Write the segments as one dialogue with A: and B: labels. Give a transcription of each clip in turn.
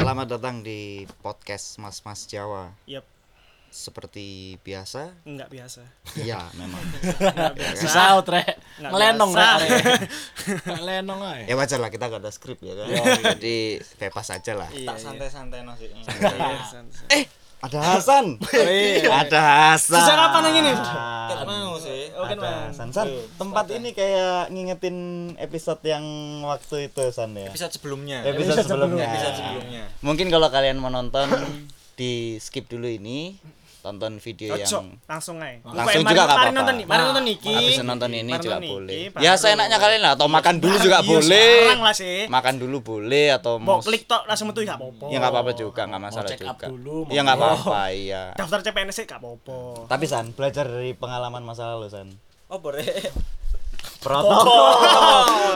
A: Selamat datang di podcast Mas Mas Jawa.
B: Yap,
A: Seperti biasa,
B: nggak biasa.
A: ya memang.
B: Nggak biasa.
C: Susah out rek.
B: Nggak
C: Ngelenong
B: biasa.
C: rek. Rek. Ngelenong ae.
A: Ya wajar lah kita gak ada skrip ya kan. Jadi bebas aja lah.
B: Iya,
D: tak
B: iya.
D: santai-santai no sih.
B: Iya, santai.
A: Eh, ada Hasan.
B: Oh, iya.
A: ada Hasan.
B: Sejak kapan yang ini?
D: Kan mau sih.
B: Oh, kan mau.
A: Ada Hasan. San, tempat ini kayak ngingetin episode yang waktu itu San ya.
D: Episode sebelumnya.
A: Episode sebelumnya.
D: Episode sebelumnya.
A: Mungkin kalau kalian mau nonton di skip dulu ini, tonton video
B: Cocok,
A: yang
B: Eh, langsung aja.
A: langsung juga nggak
B: Mari
A: apa-apa. Nah,
B: nonton nih, mari nonton niki.
A: Habis nonton ini
B: Mari
A: juga
B: nonton
A: boleh.
B: iki,
A: Ya
B: baru-
A: seenaknya kalian lah, atau makan dulu juga
B: Iya,
A: boleh.
B: Sekarang lah sih.
A: Makan dulu boleh atau
B: Mau
A: mau
B: klik tok langsung metu nggak apa-apa.
A: Ya nggak apa-apa juga, nggak masalah
C: check
A: juga.
C: up dulu, mau
A: ya nggak apa-apa, iya.
B: Daftar CPNS sih nggak apa-apa.
A: Tapi San, belajar dari pengalaman masa lalu San.
D: Oh, boleh.
A: Protokol,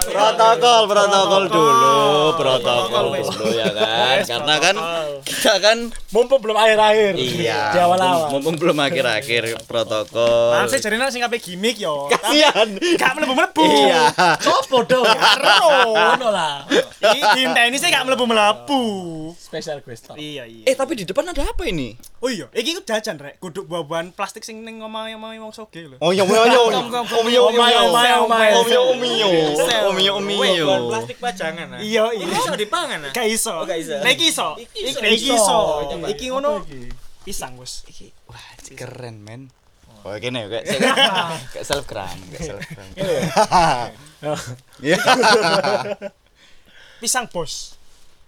A: protokol, protokol dulu, protokol
B: Protokol, wes.
A: dulu ya kan. Karena kan kita kan
C: Mumpung belum akhir-akhir.
A: iya.
C: Di awal-awal.
A: Mumpung mumpung belum akhir-akhir protokol.
B: Kan sih jarina sing kabeh gimmick yo.
A: Kasihan.
B: Gak mlebu-mlebu.
A: Iya.
C: Sopo do? Karo Oh, ngono lah.
B: Iki diinteni sih gak mlebu-mlebu.
C: Special guest talk.
B: Iya, iya.
A: Eh tapi di depan ada apa ini?
B: Oh iya, iki ku jajan rek, kudu buah-buahan plastik sing ning omahe omahe wong sugih lho.
A: Oh iya, iya, iya. Omio,
C: Omae, omae, omae.
A: Omio, omio. Omio,
D: Weh,
A: omio.
D: bahan plastik pajangan. ah.
B: Iya,
D: Ini
B: iya.
D: bisa dipangan ah.
B: Gak iso.
D: Oh, gak iso.
B: Lah iki iso.
D: Iki iso.
B: Iki iso.
D: Iki iso.
B: Iki ngono. Pisang, Gus.
A: Wah, keren men. Oh, kene kayak kayak self gram, kayak self gram. Iya.
B: Pisang, Bos.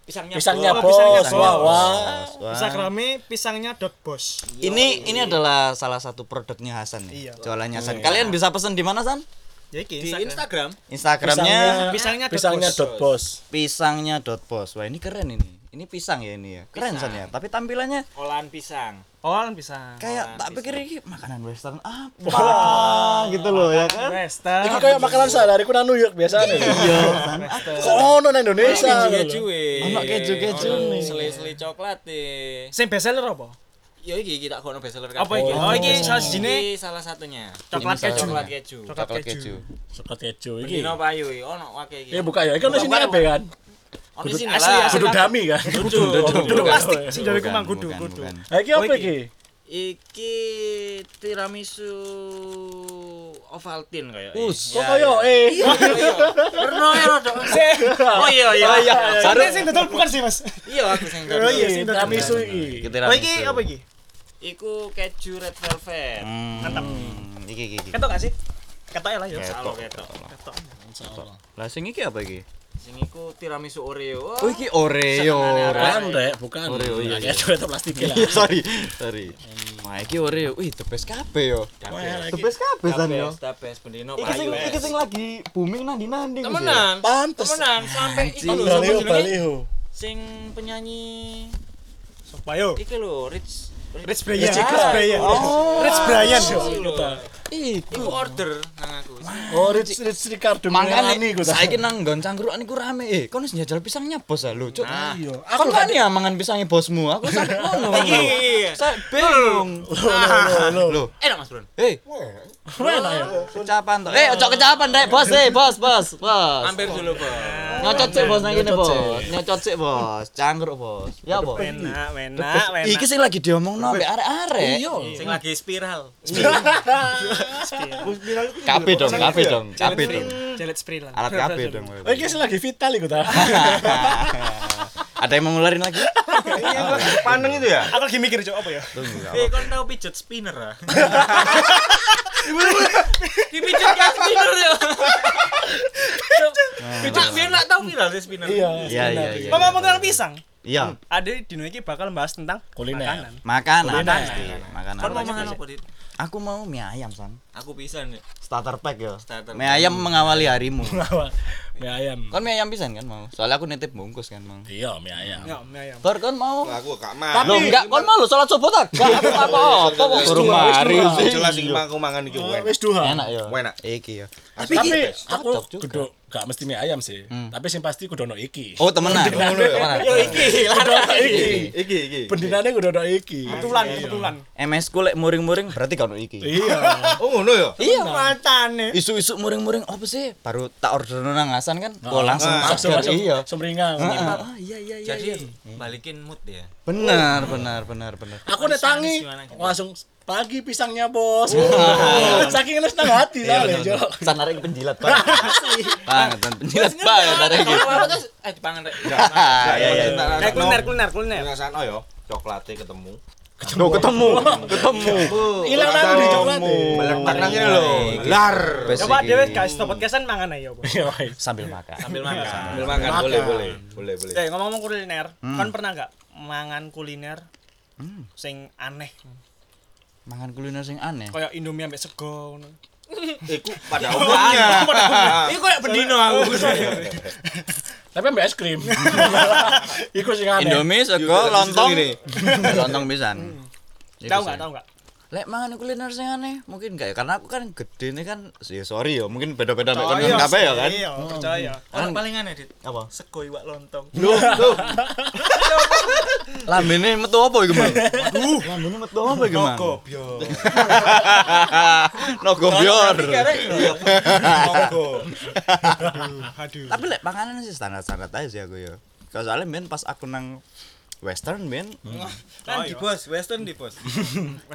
D: Pisangnya.
C: Pisangnya
B: Oh, pisangnya
C: bos.
B: bos.
C: Wah, wah.
B: Instagramnya pisangnya dot bos.
A: Ini ini adalah salah satu produknya Hasan ya.
B: Iya.
A: Jualannya Hasan. Kalian bisa pesen di mana San?
B: Ya iki
D: di
B: Instagram.
D: Instagram.
A: Instagramnya
B: Pisangnya dot
C: pisangnya
B: bos.
C: dot bos.
A: pisangnya.bos. Wah, ini keren ini. Ini pisang ya ini ya. Keren San ya. Tapi tampilannya
D: Olahan pisang.
B: Oh, kan pisang.
A: kayak tak pikir ini makanan western apa gitu loh ya kan.
B: Western.
C: Iki kayak makanan sehari-hari ku nang New York biasanya. Iya. Kok ono nang Indonesia.
D: Keju-keju.
A: Ono keju-keju nih.
D: Seli-seli coklat eh.
B: Sing best seller apa?
D: Ya iki kita kono bestseller
B: Apa iki? Oh, iki salah sijine Eh,
D: Ini salah satunya.
A: salah
B: coklat keju.
A: satunya.
D: Coklat keju.
A: Coklat keju.
C: Coklat keju iki.
D: Dino payu iki ono wake iki.
C: Ya
E: Eh,
C: buka ya. Iki ono sini ape kan?
D: Ono sini
B: asli,
D: lah.
B: asli.
C: Kudu dami kan. Kudu.
B: Kudu plastik
C: Oh, iya.
B: sing dari
A: Bukan,
B: kumang kudu
A: bukan,
B: kudu. Iya,
A: bukan.
C: Ha, Iki apa
D: Oh, iki.
C: iki?
D: Iki tiramisu Ovaltine kayak. Oh, iya,
C: Us,
B: iya.
C: kok koyo eh.
A: Iya.
D: Rono ya Rodo. Oh iya iya. iya.
B: Sare sing dodol bukan sih, Mas.
D: Iya aku sing
B: Oh,
D: dodol.
B: iya. sing dodol.
C: Tiramisu iki.
A: Kita
B: Oh, iki apa iki?
D: Iku keju red velvet.
A: Mantap. Hmm. Iki iki iki.
B: Ketok gak sih? Ketok ya lah ya.
A: Ketok,
D: Salah ketok.
B: Ketok.
A: Lah sing iki apa iki?
D: Sing iku tiramisu Oreo.
A: Oh iki Oreo.
C: Bukan, Rek, bukan.
A: Oreo, iya,
C: Ya
A: iya.
C: coklat plastik lah.
A: Iya, sorry. Sorry. Wah, iki Oreo. Wih, the best kabeh yo.
C: Wah, lagi.
A: The best kabeh san yo.
D: Tabes, tabes pendino
A: Iki sing
D: payu.
A: iki sing lagi booming nandi-nandi ya. iki,
D: Temenan.
A: yo. Pantes.
D: Temenan sampai iki lho sapa
C: Baliho,
D: jenenge?
C: baliho.
D: Sing penyanyi
B: Sopayo.
D: iki lho Rich
B: Rich Brian.
D: Rich
B: Rich Brian.
A: Oh.
B: Rich Brian.
A: Iku.
D: Iku order nang aku.
C: Oh, Rich Rich Ricardo Melani
A: Mangane
C: ku ta.
A: saiki nang nggon cangkruan iku rame. Eh, kon wis njajal pisangnya bos ah lho, Cuk.
C: Iya.
A: Kon kan ya mangan pisangnya bosmu. Aku sampe ngono.
D: Iki.
A: Saya bingung. Lho,
D: Enak Mas Bro.
A: eh, nah, ya. kecapan toh. Eh, ojo kecapan, Rek. Bos, eh, bos, bos, bos.
E: Oh,
D: Hampir dulu, Bos.
A: Nyocot sih bos nang kene bos. Nyocot sih bos. Cangkruk bos. Ya bos.
B: Enak, enak, enak.
A: Iki sih lagi diomong no ambek arek-arek. Iya.
D: Sing lagi spiral.
A: Kabeh dong, kabeh dong, kabeh dong.
B: Jalet spray lah.
A: Alat kabeh dong.
C: Oh, iki sih lagi vital iku ta.
A: Ada yang mau ngeluarin lagi? Iya,
D: Paneng itu ya?
B: Aku lagi mikir cok apa ya?
D: Eh, kon tau pijet spinner ah? Dipijet kayak spinner ya. Pijet biar nak tau viral sih spinner.
C: Iya.
A: Iya, iya, iya.
B: Ngomong tentang pisang.
A: Iya.
B: Ada di dunia ini bakal bahas tentang
C: Kuliner.
B: makanan.
A: Makanan
C: Kuliner.
A: pasti. Makanan.
D: Kon mau makan Kan apa, Dit?
A: Aku mau mie ayam, San.
D: Aku pisan ya.
A: Starter pack ya.
D: Starter
A: Mie ayam mengawali harimu.
C: Mie ayam.
A: Kon mie ayam pisan kan mau? Soalnya aku nitip bungkus kan mau.
C: Iya, mie ayam.
B: Enggak, mie ayam.
A: Tor kon mau?
E: aku gak mau
A: Tapi enggak kon mau lo sholat subuh tak? Enggak aku apa apa kok turun
C: dua, wis
A: mari
C: dua.
A: sih.
E: jelas iki mangku mangan iki
C: Oh,
E: wen
C: Wis duha.
A: Enak ya.
E: Enak.
A: Iki ya.
C: Tapi
A: Cocok
C: aku
A: juga. Hmm.
C: duduk
E: gak mesti mie ayam sih. Tapi sing pasti kudu ono iki.
A: Oh Iya. temenan. Temenan.
D: iki larang iki.
F: Iki iki.
D: Iya.
E: Bendinane kudu ono iki.
B: Kebetulan, kebetulan.
A: MS ku lek muring-muring berarti kan iki.
E: Iya.
F: Oh ngono ya.
A: Iya.
B: Matane.
A: Isu-isu muring-muring apa sih? Baru tak order nang Hasan kan. Oh langsung mager.
E: Langsung Ah, langsung
A: Iya.
E: sumringang.
A: Ah, ah, iya iya iya. iya.
D: Jadi balikin mood ya.
A: Benar benar benar benar.
E: Aku netangi langsung pagi pisangnya bos. Saking enak nang hati
A: Iya,
E: soalnya, Jok.
A: San arek penjilat banget. Banget San. penjilat banget arek iki.
D: Kalau aku terus eh dipangan rek.
E: Ya.
A: Iya iya.
F: Eh.
B: Kayak Eh, kuliner, kuliner, kuliner.
F: Perasaan oh ya, coklate ketemu.
A: Duh, ketemu, ketemu.
E: Hilang nang di coklat.
F: Meletak nang ngene lho. Lar.
A: Bes
B: Coba
A: iki.
B: dhewe guys, stop podcastan mangan ayo. Bos.
E: Iya, woy.
A: sambil makan.
D: Ambil makan.
F: Sambil makan boleh boleh. Boleh boleh.
B: Eh, ngomong-ngomong kuliner, kan pernah gak mangan kuliner sing aneh
A: Makan kuliner sing aneh.
B: kayak Indomie ambek sego ngono.
A: Eh,
B: Ya,
F: Iku pada umumnya.
B: Iku kayak bendino aku.
E: Tapi ambil es krim. Iku sing aneh.
A: Indomie sego lontong. Lontong pisan. Iku
B: Hmm. Tahu
A: Iya, sih.
B: gak, tahu gak?
A: Lek mangan kuliner sing aneh, mungkin enggak ya karena aku kan gede nih kan. Ya sorry ya, mungkin beda-beda mek kon
B: Percaya,
A: kabeh ya kan.
B: Oh, Iya, percaya.
D: Kalau paling
B: ya,
D: aneh dit.
A: Apa?
D: Sego iwak lontong.
A: Lambene metu apa iki, Bang? Aduh, lambene metu apa iki, Bang?
F: Goblok.
A: No gobior.
E: Ya,
B: Aduh.
A: Tapi lek panganan sih standar-standar aja sih aku ya. Kalau soalnya men pas aku nang western men
D: Kan di bos, western di bos.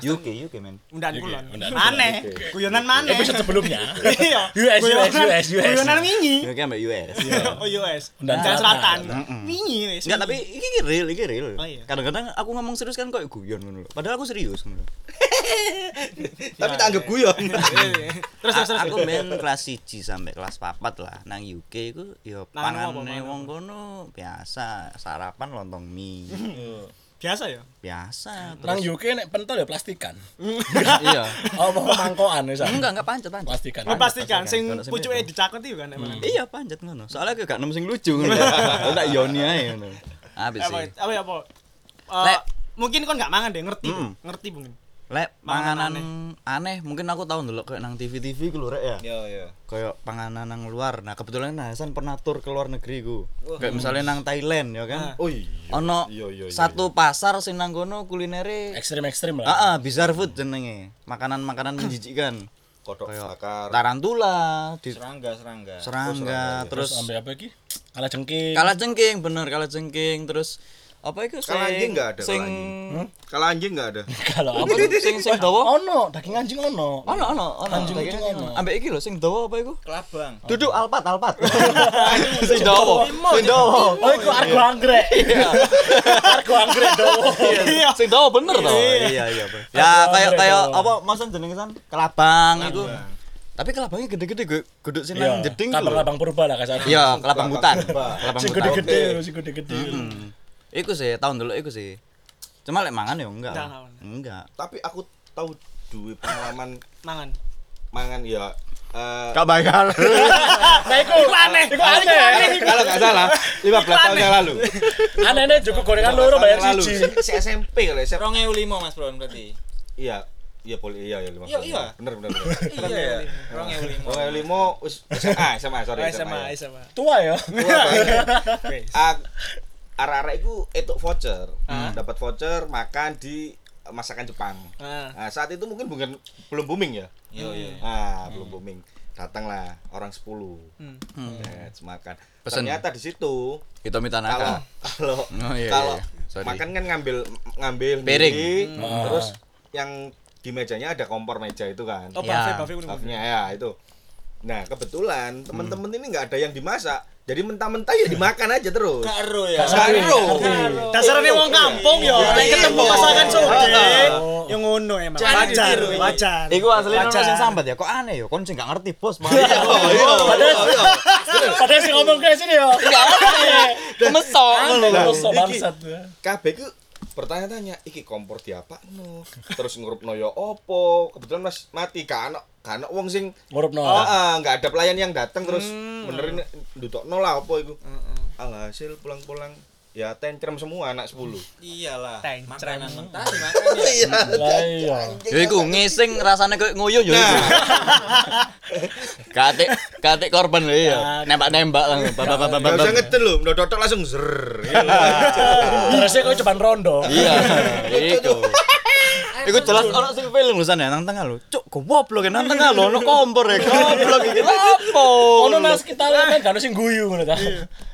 A: UK UK men.
B: Undan kulon. Aneh. Guyonan
A: Eh,
B: maneh.
E: Episode sebelumnya.
B: Iya.
E: US, US,
B: Guyonan-
E: US, US.
B: Guyonan wingi.
A: UK ambek US.
B: Oh US.
E: Undan
B: Undan
E: Selatan.
B: Selatan. Wingi wis.
A: Enggak, tapi ini real, ini real.
B: Oh, iya.
A: Kadang-kadang aku ngomong serius kan kok guyon ngono lho. Padahal aku serius ngono.
F: Tapi tak anggap guyon.
A: Iya, Terus aku main kelas 1 sampai kelas 4 lah nang UK iku ya
B: Mangan apa,
A: panganane
B: mangan
A: wong kono biasa sarapan lontong mie.
B: Biasa ya.
A: biasa
E: Nang
A: terus
E: UK nek pentol ya plastikan.
A: iya.
E: Oh, mau mangkokan wis.
A: Enggak, enggak pancet pancet.
E: Plastikan.
B: Memastikan sing
A: Kalau sing
B: pucuke
A: itu.
B: dicaket itu kan emang.
A: Iya pancet ngono. Soalnya aku gak nemu sing lucu ngono. Aku tak yoni ae ngono. Habis
B: Apa
A: sih.
B: apa ya, apa? Eh,
A: Lek.
B: Mungkin kon gak mangan deh, ngerti. deh.
A: Mm.
B: Ngerti mungkin.
A: Lek
B: Panganan
A: panganan aneh mungkin aku tahu dulu kayak nang TV-TV ku lho rek ya.
F: Yo yo.
A: Kayak panganan nang luar. Nah, kebetulan Hasan pernah tur ke luar negeri ku. Kayak misalnya nang Thailand ya kan.
F: Oh iya.
A: Ono
F: Iya, iya, iya,
A: satu pasar sing nang kono kulinere
E: Ekstrim-ekstrim lah.
A: Heeh, bizarre food jenenge. Makanan-makanan menjijikkan.
F: Kodok
A: Kayak
F: bakar.
A: tarantula, di
F: Serangga Oh, serangga.
A: serangga,
E: Terus
A: terus
E: ambil apa iki? Kala jengking.
A: Kala cengking bener kala cengking terus apa itu sing
F: Kalajengking nggak ada,
A: sing Hmm?
F: Kalau anjing enggak ada.
E: Kalau
A: apa itu sing sing dawa
E: ono daging anjing ono
A: ono ono ono
E: Anjing
A: Kayak
E: kucing
A: gini,
E: ono.
A: ambek iki lho sing dawa apa iku
D: Kelabang.
A: duduk alpat alpat sing dawa sing dawa
E: oh iku argo anggrek argo anggrek dowo
A: Iya, sing dawa bener to iya iya bener. ya
E: Apa,
A: kayak
E: apa
A: kayak
E: itu?
A: apa masan jenenge san kelabang iku tapi kelabangnya gede-gede gue guduk sini nang jeding iku lho.
E: Iya. labang purba lah kasar
A: iya kelabang hutan
F: Kelabang.
A: kelabang
E: sing
A: hutan
E: gede-gede sing gede-gede
A: iku sih tahun dulu iku sih cuma lek mangan ya enggak
B: Enggak, enggak.
A: enggak
F: Tapi aku tahu duwe pengalaman
B: Mangan.
F: mangan ya eh,
A: gak bakal
E: nah iku aneh iku aneh
F: kalau nggak salah 15 tahun yang lalu
E: anehnya cukup gorengan loro bayar siji
F: si SMP kalau SMP
D: Rong ewu lima mas Bron berarti.
F: iya ya, iya poli iya iya 15
D: Iya, iya.
F: bener bener
D: Iya. Rong ewu lima.
F: Kalau limo us- SMA SMA sorry
B: SMA,
F: ya.
B: SMA.
E: tua ya
F: Gua bayar.
B: Wes.
F: Ak- Ah, arah-arah itu itu voucher
D: Hmm.
F: dapat voucher makan di masakan Jepang
B: Ah.
F: Nah, saat itu mungkin bukan belum booming ya
D: Iya iya.
F: ah belum booming datanglah orang 10
B: Hmm.
F: Let's makan
A: Pesen.
F: ternyata di situ
A: kita minta
F: kalau
A: nakal
F: kalau
A: Oh, iya,
F: kalau
A: iya. Sorry.
F: makan kan ngambil ngambil
A: Piring. Oh.
F: sendiri,
E: Hmm.
F: terus
E: Ah.
F: yang di mejanya ada kompor meja itu kan
B: Oh,
A: Iya.
B: buffet, buffet kuning.
F: Staffnya ya itu nah
A: Hmm.
F: kebetulan temen-temen ini nggak ada yang dimasak jadi mentah-mentah ya dimakan aja terus
D: Gak ero
E: Iya.
D: ya.
B: Dasarane wong kampung ya,
A: Iya,
B: nek ketemu pasangan soge, ya ngono emang. Wajar,
D: ditiru, iya.
B: wajar.
A: Iku aslinya
B: Wajar.
A: ono sing sambat ya, kok aneh ya, kon sing gak ngerti bos.
E: padahal padahal sing ngomong kayak sini ya
A: Meso.
E: lho bangsat
F: kabeh ku bertanya-tanya iki kompor di apa no terus ngurup noyo opo kebetulan mas mati gak ana gak ana wong sing
E: ngurupno
F: Ah, ah, nggak ada
D: Hmm.
F: pelayan yang datang terus benerin duduk nol lah apa itu alhasil pulang-pulang ya tentrem semua anak 10.
D: Iyalah.
B: Teng,
D: Makanan
B: cereng.
D: mentah dimakan ya.
E: Lah iya.
A: Yo Ya iku ngising rasane koyo ngoyo yo iku.
D: Iya.
A: Katik katik korban lho iya. Nembak-nembak langsung. Bab, bab, bab,
F: Gak
A: bab.
F: usah ngedel lho, mendodok langsung iya. zer.
E: Terusnya kau cobaan rondo.
A: Iya, iku. Iku jelas orang sing film lho sana nang tengah lho. Cuk, goblok ya nang tengah lho ono kompor ya. Goblok iki lho apa?
E: Ono nas kita lihat kan gak ada sing guyu ngono ta.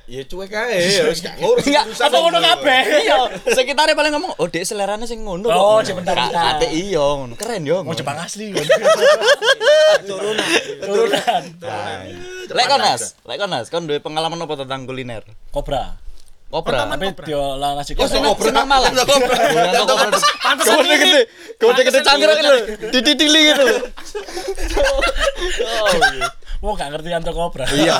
F: Ya cuek ae, ya wis gak ngurus.
A: Enggak,
F: urusan
E: Apa ngono kabeh?
A: Iya, sekitarnya paling ngomong, "Oh, dek selerane sing ngono." kok."
E: Oh, cek bentar,
A: Ka-
E: bentar.
A: Katik iya ngono. Keren yo. ngono.
E: Jepang asli. kan.
A: Lek kon Nas, lek kon Nas, kon duwe pengalaman apa tentang kuliner?
E: Kobra.
A: Kopra.
E: Tapi dia lah nasi
A: Oh,
E: kobra.
A: seneng seneng malah. Pantesan gede. Gede gede cangkir gitu. loh. Dititili gitu. loh.
E: Wong gak ngerti kan anto kobra.
A: Iya.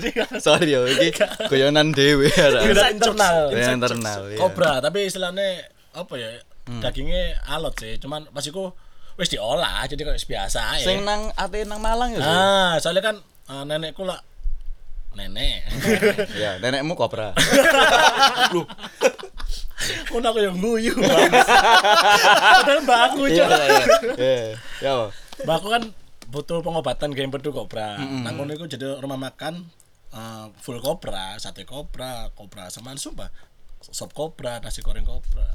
E: Jadi kan
A: Sorry yo, iki goyonan dhewe
E: udah
A: ada.
E: internal.
A: Yang internal. iya. Hmm.
E: Kobra, tapi istilahnya apa ya? Dagingnya alot sih, cuman pas iku wis diolah jadi kayak biasa ya.
A: Sing nang ate nang Malang ya, yo.
E: Ah, soalnya kan eh, nenekku lah nenek.
A: Ya, nenekmu kopra.
E: Ono aku yang guyu. Padahal mbak aku
A: Iya.
E: cok.
A: Iya. Ya. apa?
E: Mbak aku kan butuh pengobatan game pedu kobra. Nah, ngono iku jadi rumah makan eh, full kobra, sate kobra, kobra sama sumpah. Sop kobra, nasi goreng kobra.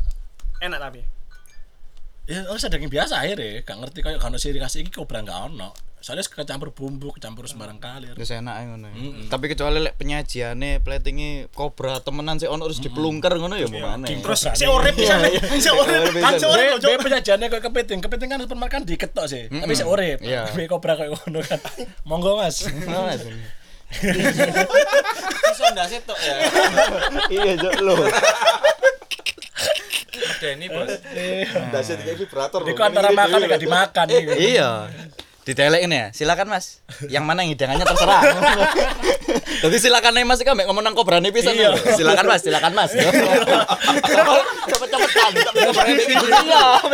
B: Enak tapi.
E: Ya, oh, saya daging biasa akhirnya, gak ngerti kayak kano siri kasih iki kobra gak ono. Soalnya kecampur bumbu, kecampur sembarang kalir.
A: Terus enak ae ngono. ya. Tapi kecuali lek penyajiane, platinge kobra temenan sih ono terus diplungker ngono ya
E: Iya.
A: mau maneh.
B: Terus si urip bisa si urip kan si urip
E: Be penyajiannya kayak kepiting, kepiting kan supermarket diketok sih, tapi saya urip.
A: Iya.
E: Be kobra kayak ngono kan. Monggo Mas.
D: Iso ndas itu ya.
A: Iya, Jok, lo.
D: Deni bos.
F: Dasar tiga vibrator. Iya,
E: Iku Nah. antara makan gak dimakan gitu.
A: Iya. Ditelekin ya. Silakan Mas. Yang mana yang hidangannya terserah. Jadi silakan aja Mas kan mek ngomong nang kobrane pisan.
E: Iya.
A: lho. Silakan Mas, silakan Mas. Cepet-cepetan. Iya, mek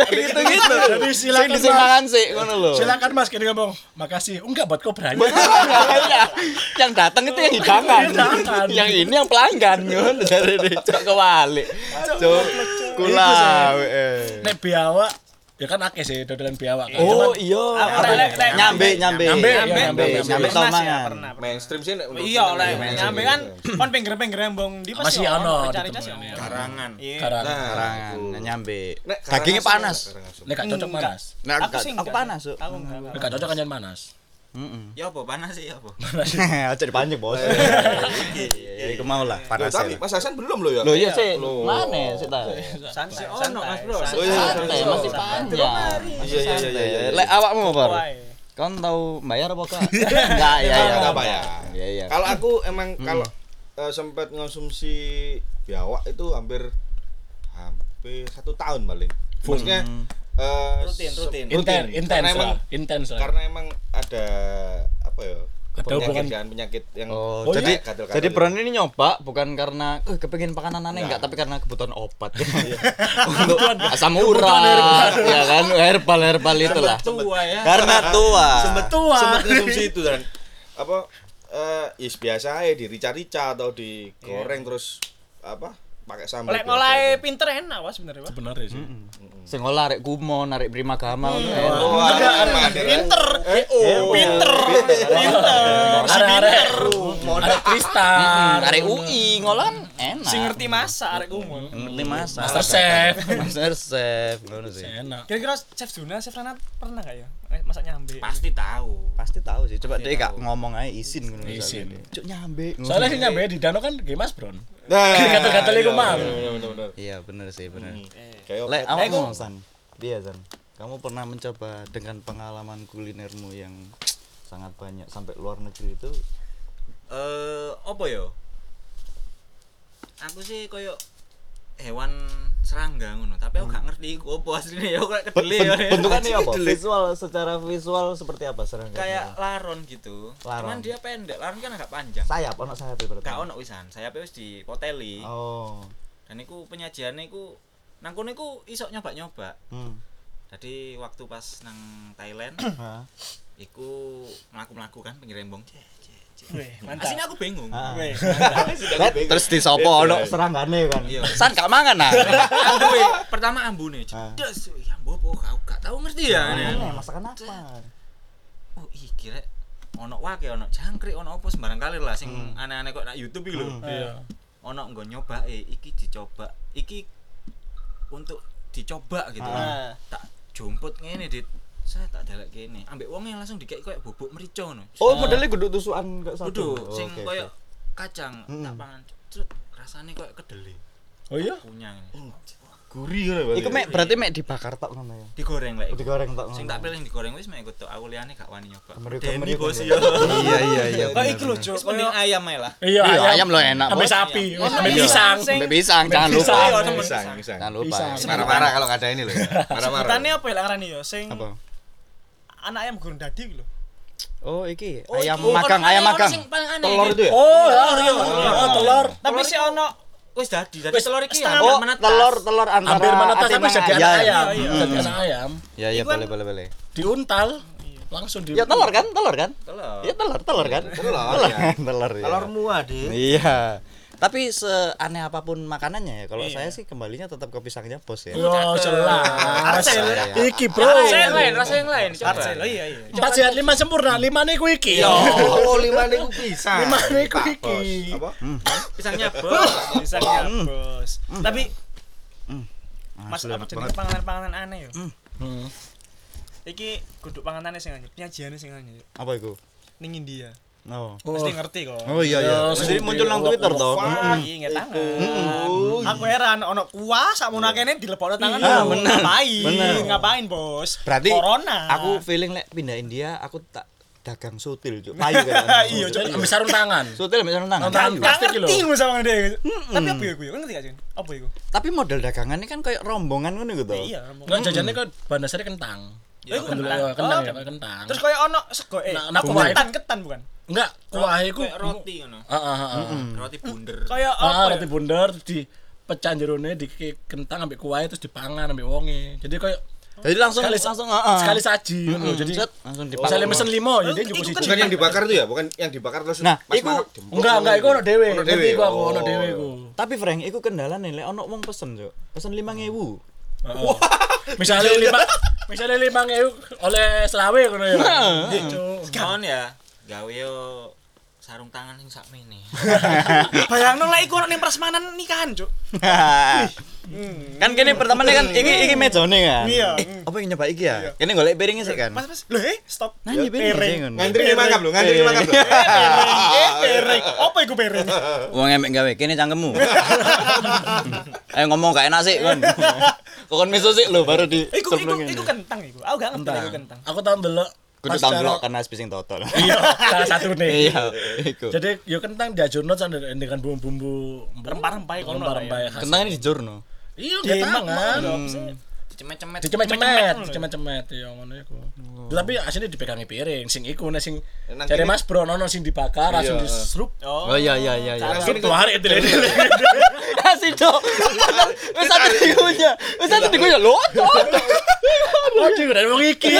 A: gitu-gitu.
E: Jadi silakan,
A: Sing disimpangan sih ngono lho.
E: Silakan Mas kini ngomong. Makasih. Enggak buat kobra.
A: Iya. yang datang itu yang hidangan.
E: Hidangan.
A: yang ini yang pelanggan ngono dari dicok ke wali. Cuk. Kula. eh.
E: Nek biawak ya kan akeh sih dodolan biawak kan.
A: Oh,
E: Cuman-
A: iya.
B: Apa ya?
A: Nyambe, nyambe.
E: Nyambe,
A: nyambe,
E: nyambe,
A: nyambe, nyambe,
E: nyambe.
B: Pernah
A: tau
B: sih, ya,
A: mangan.
B: pernah.
F: mainstream sih nek
D: Iya lah.
B: Nyampe kan
F: Nah,
B: kon pinggir-pinggir embong di
E: Masih ono,
B: cari-cari sih.
E: ditemukan, ya.
D: Karangan.
B: Iya.
E: Karena
A: Karangan, nyambe.
F: Nek karangan
A: Dagingnya
F: sih,
A: panas.
F: karangan sih.
E: nek gak cocok
B: Enggak.
E: panas.
A: Nah,
B: Aku
A: aku,
B: sih
A: aku
B: enggak.
A: panas, Cuk.
B: Aku enggak.
E: Nek gak cocok kanyan panas.
F: Iya,
D: Ya apa panas sih ya apa?
A: Aja dipancing,
F: Eh,
A: Bos. Ya iku mau lah,
F: Loh,
A: panas.
F: tapi Mas Hasan belum loh ya.
A: Loh iya sih.
F: Loh.
A: Mana sih ta?
B: Santai.
D: Oh, no, Mas Bro.
F: Oh, iya,
A: Santai,
F: iya,
A: masih
F: iya.
A: panjang. Eh,
F: Iya iya iya iya. iya.
A: Lek awakmu apa? Par?
B: Why?
A: Kon tau bayar apa kak? Enggak, ya ya.
F: Enggak bayar.
A: Iya iya.
F: Kalau aku emang kalau eh, sempat konsumsi biawak itu hampir hampir satu tahun paling. Maksudnya
A: Hmm.
F: eh,
D: Rutin,
F: se-
D: rutin.
E: Inten,
F: Karena
E: intens
F: emang
E: lah. Intens lah.
F: karena emang ada apa ya? penyakit
E: hubungan-
F: kan penyakit yang
A: Oh,
E: Oh,
A: jadi
F: iya. Iya. Kadal-kadal
A: jadi
F: itu.
A: Brown ini nyoba bukan karena eh, kepengen makanan aneh enggak, tapi karena kebutuhan obat.
F: Iya.
A: Untuk asam urat, ya kan herbal herbal
F: Iya,
A: itulah.
D: Tua ya.
A: Karena tua.
E: Tua.
F: sempat konsumsi Ah, itu dan apa eh ya biasa ya di rica-rica atau digoreng terus apa pakai sambal.
B: Lek
F: biasa.
B: ngolai pinter enak wah sebenarnya wah.
E: Sebenarnya sih.
A: Sing olah arek kumo, arek primagama ngono. kan.
F: Oh, aman, ya.
B: Pinter. Oh, pinter.
E: Arek-arek Arek Tristan,
A: Arek UI ngolan
D: Nah,
A: enak.
B: Sing ngerti masak arek umum.
A: ngerti masak.
E: Master Chef.
A: Master chef ngono sih.
E: Enak.
B: Kira-kira Chef Juna, Chef Renat pernah gak ya? Masak nyambe.
D: Pasti tahu.
A: Pasti tahu sih. Coba deh kak ngomong aja izin ngono.
E: Izin.
A: misalnya. Cuk nyambe.
E: Soalnya sih nyampe di danau kan game Mas Bron.
F: Nah,
E: Gatel-gatel iku,
F: iya,
E: Mam.
F: bener, bener, bener.
A: Iya bener sih bener.
F: Hmm. Kayak
A: Lek
F: obat.
A: awakmu San. Dia San. Kamu pernah mencoba dengan pengalaman kulinermu yang sangat banyak sampai luar negeri itu
D: Eh, apa yo? Aku sih koyo hewan serangga ngono, tapi aku gak ngerti iku apa asline ya, aku kayak kedele ya.
A: bentukannya apa? Visual secara visual seperti apa serangga?
D: kayak laron gitu.
A: Laron.
D: Cuman dia pendek, laron kan agak panjang.
A: sayap, ono sayap berarti.
D: Gak ono wisan, sayapnya wis dipoteli.
A: Oh.
D: Dan iku penyajiannya iku nang kono iku iso nyoba-nyoba.
A: Hmm.
D: Jadi waktu pas nang Thailand
A: Hah?
D: iku mlaku-mlaku kan pinggir embong. Cek, cek, Aslinya aku
B: Oh,
D: bingung.
B: Ah, iya.
A: Lah, terus disopo
F: Iya,
A: ono seranggane kan.
D: Iya.
A: San gak mangan nah.
D: Ambune, pertama ambune jedes. Ya mbok apa, gak- gak tau ngerti ya.
A: Ini masakan apa?
D: Oh, iki rek ono wake ono jangkrik ono apa sembarang kali lah sing aneh-aneh kok nak YouTube iki lho.
B: Hmm. Iya.
D: Ono nggo nyoba eh iki dicoba. Iki untuk dicoba gitu. Tak jumput ngene dit. Saya tak delek kene. Ambek wonge langsung dikek koyo bubuk merica ngono.
A: Oh, modelnya guduk tusukan gak satu. Oh,
D: Waduh, sing
F: oke,
D: koyo kacang tak pangan. Cet, rasane koyo kedele.
E: Oh iya.
D: Punya ini.
F: Gurih ngono berarti.
A: Iku mek berarti mek dibakar tok ngono ya.
D: Digoreng lek. iku.
A: Digoreng tok ngono.
D: Sing tak pilih digoreng wis mek iku tok aku liyane gak wani nyoba.
A: Kemeriku-
D: Deni
A: kemeriku,
D: bos
A: ya.
D: ya.
A: Iya iya iya.
B: Lah iki lho, Cuk.
D: Wis mending ayam ae lah.
E: Iya,
A: Iya, ayam lo enak.
E: Sampai
A: Bos.
E: sapi,
D: Iya.
E: sampai
A: Iya.
E: pisang.
A: Sampai pisang, jangan
E: Sampai
A: lupa.
E: pisang.
D: Ayo temen.
F: Pisang, pisang.
A: Jangan lupa.
E: Pisang.
F: Marah-marah kalau nggak ada ini loh. Marah-marah.
B: Sebutannya apa ya ngarani ya? Sing
A: Apa?
B: anak ayam gurun dadi iki lho.
A: Oh, iki ayam
D: Oh,
A: magang,
D: aneh,
A: ayam
D: ono
A: magang.
D: sing paling aneh.
F: Telur itu ya?
E: Oh, iya, oh, telur.
B: Tapi sih ono
D: Wis dadi, dadi telur iki ya.
A: Oh, telur telur antara
E: Hampir menetas
A: ati
E: tapi jadi
A: ayam.
E: anak ayam. Jadi anak ayam.
A: Ya ya boleh boleh boleh.
E: Diuntal. Langsung di.
A: Ya telur kan, telur kan?
D: Telur.
A: Ya telur, telur kan?
F: Telur, ya.
A: telur ya.
F: Telur muah, Dik.
A: Iya. Tapi seaneh apapun makanannya ya, kalau saya sih kembalinya tetap ke pisangnya bos ya.
E: Yo, jelas.
B: Arcel.
E: Iki, Bro.
D: Rasa yang lain, Iya, rasa yang lain. Coba.
B: Arcel. Iya iya.
E: Empat sehat lima sempurna, lima niku iki.
F: Oh, lima niku pisang.
E: Lima niku
F: Pak
E: iki.
F: Bos. Apa?
D: Pisangnya bos.
B: Bisa ya,
A: Hmm.
B: Bos. Tapi Mas
A: Asli enak Hmm.
B: apa jenenge
A: banget. Hmm.
B: panganan-panganan aneh yo.
E: Mm.
B: Iki kudu panganane sing anyep, penyajiane sing anyep.
A: Apa itu?
B: Ning India.
A: No.
B: Mesti ngerti kok.
A: Oh iya iya. Jadi muncul nang Twitter toh.
B: Wah, iya nggak tangan. Aku heran ono kuah sakmono kene dilebokno tangan.
A: Oh, Iya,
B: lho.
A: bener.
B: Ngapain?
A: Bener.
B: Ngapain, Bos?
A: Berarti
B: corona.
A: aku feeling lek pindah India aku tak dagang sutil cuk. Payu kan.
B: Iya, Cuk.
E: Ambil sarung tangan.
A: Sutil bisa nang
E: Nang
A: tangan.
E: tangan.
B: Gak
E: Plastik
B: ngerti
E: lho.
B: ngono sama dia. Tapi apa ya gue? Ngerti gak, Jun? Apa iku?
A: Tapi model dagangan ini kan kayak rombongan ngono gitu.
B: Iya, rombongan.
E: Enggak jajannya kan bahan dasarnya kentang.
B: Ya,
E: Aku dulu-
B: kentang.
E: ya,
B: Oh,
E: kentang. ya, kentang.
B: Terus koyo ono sego eh
E: Nah, nah,
B: apa,
E: kumaha?
B: ketan ketan bukan?
E: enggak kuah iku
D: Kayak roti ngono.
E: Heeh, heeh.
D: Roti bunder.
B: Koyo apa?
E: Ah,
B: ya?
E: roti bundar terus di pecah jerone di kentang ambek kuahnya terus dipangan ambek wonge. Jadi kayak
A: Jadi langsung
E: sekali
A: langsung heeh.
E: sekali saji ngono. Jadi
A: Ah. Set, langsung dipakai.
E: misalnya mesen limo jadi
B: Itu
E: juga
B: kan
E: siji.
F: Bukan yang dibakar tuh ya, bukan yang dibakar terus.
A: Nah,
F: Mas
A: iku-
F: Manap jempol.
E: Enggak, enggak iku ono dhewe.
F: Ono dhewe.
E: Nanti iku aku
F: Oh.
E: ono dhewe iku.
A: Tapi Frank, iku kendala nih, lek ono wong pesen cuk. Pesen 5000.
E: Misalnya lima misalnya lima ngewu oleh selawe ngono ya. Iya, Cuk.
D: Kon ya. Gawe yo sarung tangan sing sakmene.
B: Bayangno lek iku ono ning prasmanan nikahan, Cuk.
A: kan kene pertamane kan iki iki mejone kan.
B: Iya.
A: Eh, apa yang nyoba iki ya? Kene golek piringnya sih kan.
B: Mas, Mas, lho eh, stop.
A: Nah, iya piringnya sih kan.
F: Ngantri ini mangkap loh, ngantri ini mangkap loh.
B: Eh, piring. Apa iku piring?
A: Oh. Wong emek gawe kene cangkemmu. Ayo ngomong gak enak sih kan. Kok kon miso sih lho baru di
B: Iku iku
A: cemplungin.
B: iku kentang iku. Aku gak ngerti iku kentang.
E: Kentang. Aku tau ndelok
A: Kudu
E: pas
A: tanggung
E: cara-
A: karena spising total.
E: Iya, salah satu nih.
A: Iya, iku.
E: Jadi yo kentang diajurno sampe dengan bumbu-bumbu
B: Rempah-rempah ya, kono lah ya.
E: rempah-rempah ya. khas.
A: Kentang ini dijurno.
E: Iya,
B: Demak,
E: ketangan.
B: lho, apa sih?
D: Dicemet-cemet.
E: dicemet-cemet, dicemet-cemet ya ngono iku. Tapi asline dipegangi piring, sing iku nek sing
F: Nang
E: jare
F: kene-
E: Mas Bro nono sing dibakar langsung
F: Iya.
E: disrup.
A: Oh iya iya iya iya.
E: Langsung keluar itu lho.
A: Kasih dong. Wis satu digunya. Wis satu digunya lho. toh.
E: Ojo udah wong iki.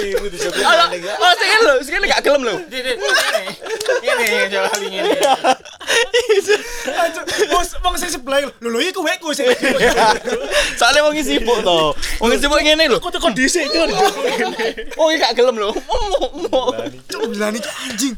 F: Ibu dicobain
A: Alah,
F: mandek ya.
A: alah sing lho, sing gak gelem lho.
D: Ini jalan ini.
B: Aduh, Bos, wong sing sebelah iku. Lho lho iku wekku sing.
A: Soalnya wong iki sibuk to. Wong iki sibuk ngene lho.
E: Kok teko dhisik itu.
A: Wong iki gak gelem lho.
B: Cuk, bilani cuk anjing.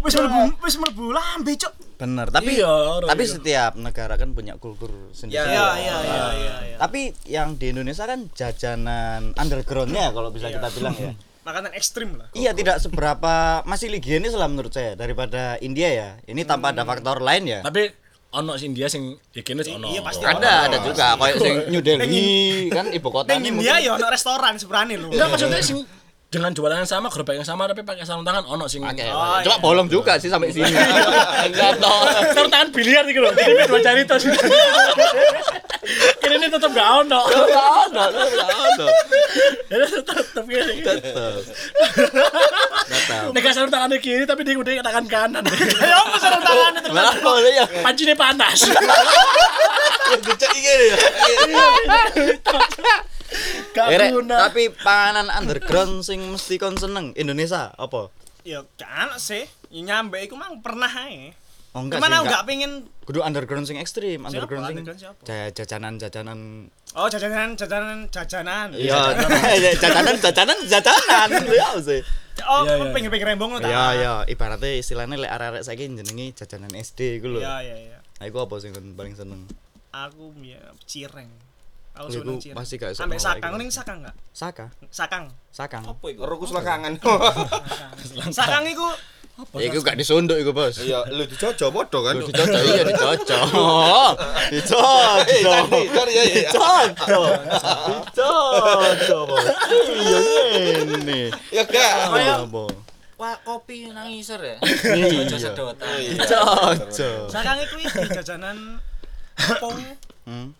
B: Wis mlebu wis mlebu lambe, Cuk.
A: Bener, tapi
E: Iya, orang
A: tapi
E: iya.
A: setiap negara kan punya kultur sendiri.
B: Iya, iya, iya, iya, iya.
A: Tapi yang di Indonesia kan jajanan undergroundnya kalau bisa kita bilang ya.
B: Makanan ekstrim lah.
A: Iya tidak seberapa masih higienis lah menurut saya daripada India ya. Ini tanpa ada faktor lain ya.
E: Tapi ono sing dia sing ikine ono.
B: Iya, pasti.
A: Ada ada juga kayak sing New Delhi kan ibu kota
B: Ning India ya ono restoran seberani lho.
E: Enggak maksudnya sing dengan jualan yang sama, gerobak yang sama tapi pakai sarung tangan ono sing. Ah.
A: Pakai.
B: Oh,
A: Eh, Cuma
B: iya.
A: bolong juga sih sampai sini. Enggak toh.
E: Sarung tangan biliar iki lho. Ini dua caritos. Kene ini tetep gak ono.
A: Enggak ada, enggak ada.
E: Ya tetep kene.
A: Tetep.
E: Nek sarung tangannya kiri tapi dia udah tangan kanan.
B: Ya apa sarung tangan itu?
A: Malah boleh ya.
E: Pancinya panas.
F: Dicek
A: iya,
F: iki ya.
E: Gak
A: Erek,
E: guna.
A: tapi panganan underground sing mesti kon seneng Indonesia apa?
B: Ya kan sih, Ya, nyambe iku mang pernah ae.
A: Oh enggak
B: Cuman
A: sih,
B: aku
A: enggak.
B: gak pengen
A: Kudu underground sing ekstrim, underground sing
B: Underground siapa?
A: Ja- jajanan-jajanan.
B: oh jajanan jajanan jajanan.
A: Iya, jajanan jajanan jajanan. Iya sih.
B: Oh, pinggir-pinggir rembong lo ta.
A: Iya, iya, ibaratnya istilahnya lek arek-arek saiki jenenge jajanan SD iku lho.
B: Iya, iya, iya.
A: Nah, iku apa sing kon paling seneng?
B: Aku ya cireng. Aku
A: Lha,
B: seneng
A: iku
B: cireng.
A: pasti gak iso
B: Ambek
A: nolak
B: sakang
A: iku.
B: ning sakang gak?
A: Saka,
B: Sakang.
A: sakang.
F: Rokus lakangan.
B: Sakang iku
A: Ya, Iku gak disunduk iku, Bos.
F: Iya, lu dijojo podo kan.
A: Lu dicocok, iya dicocok. Oh, Dicocok.
F: Eh, tadi, sorry ya. iya.
A: Dicocok. Dicocok. Bos. Iya ngene.
F: Ya gak.
E: Oh, iya.
A: Apa?
D: Wah, kopi nang ngisor ya.
A: Iya.
D: Jojo sedotan.
A: Dicocok.
B: sakang iku iki jajanan tepung.
A: Hmm.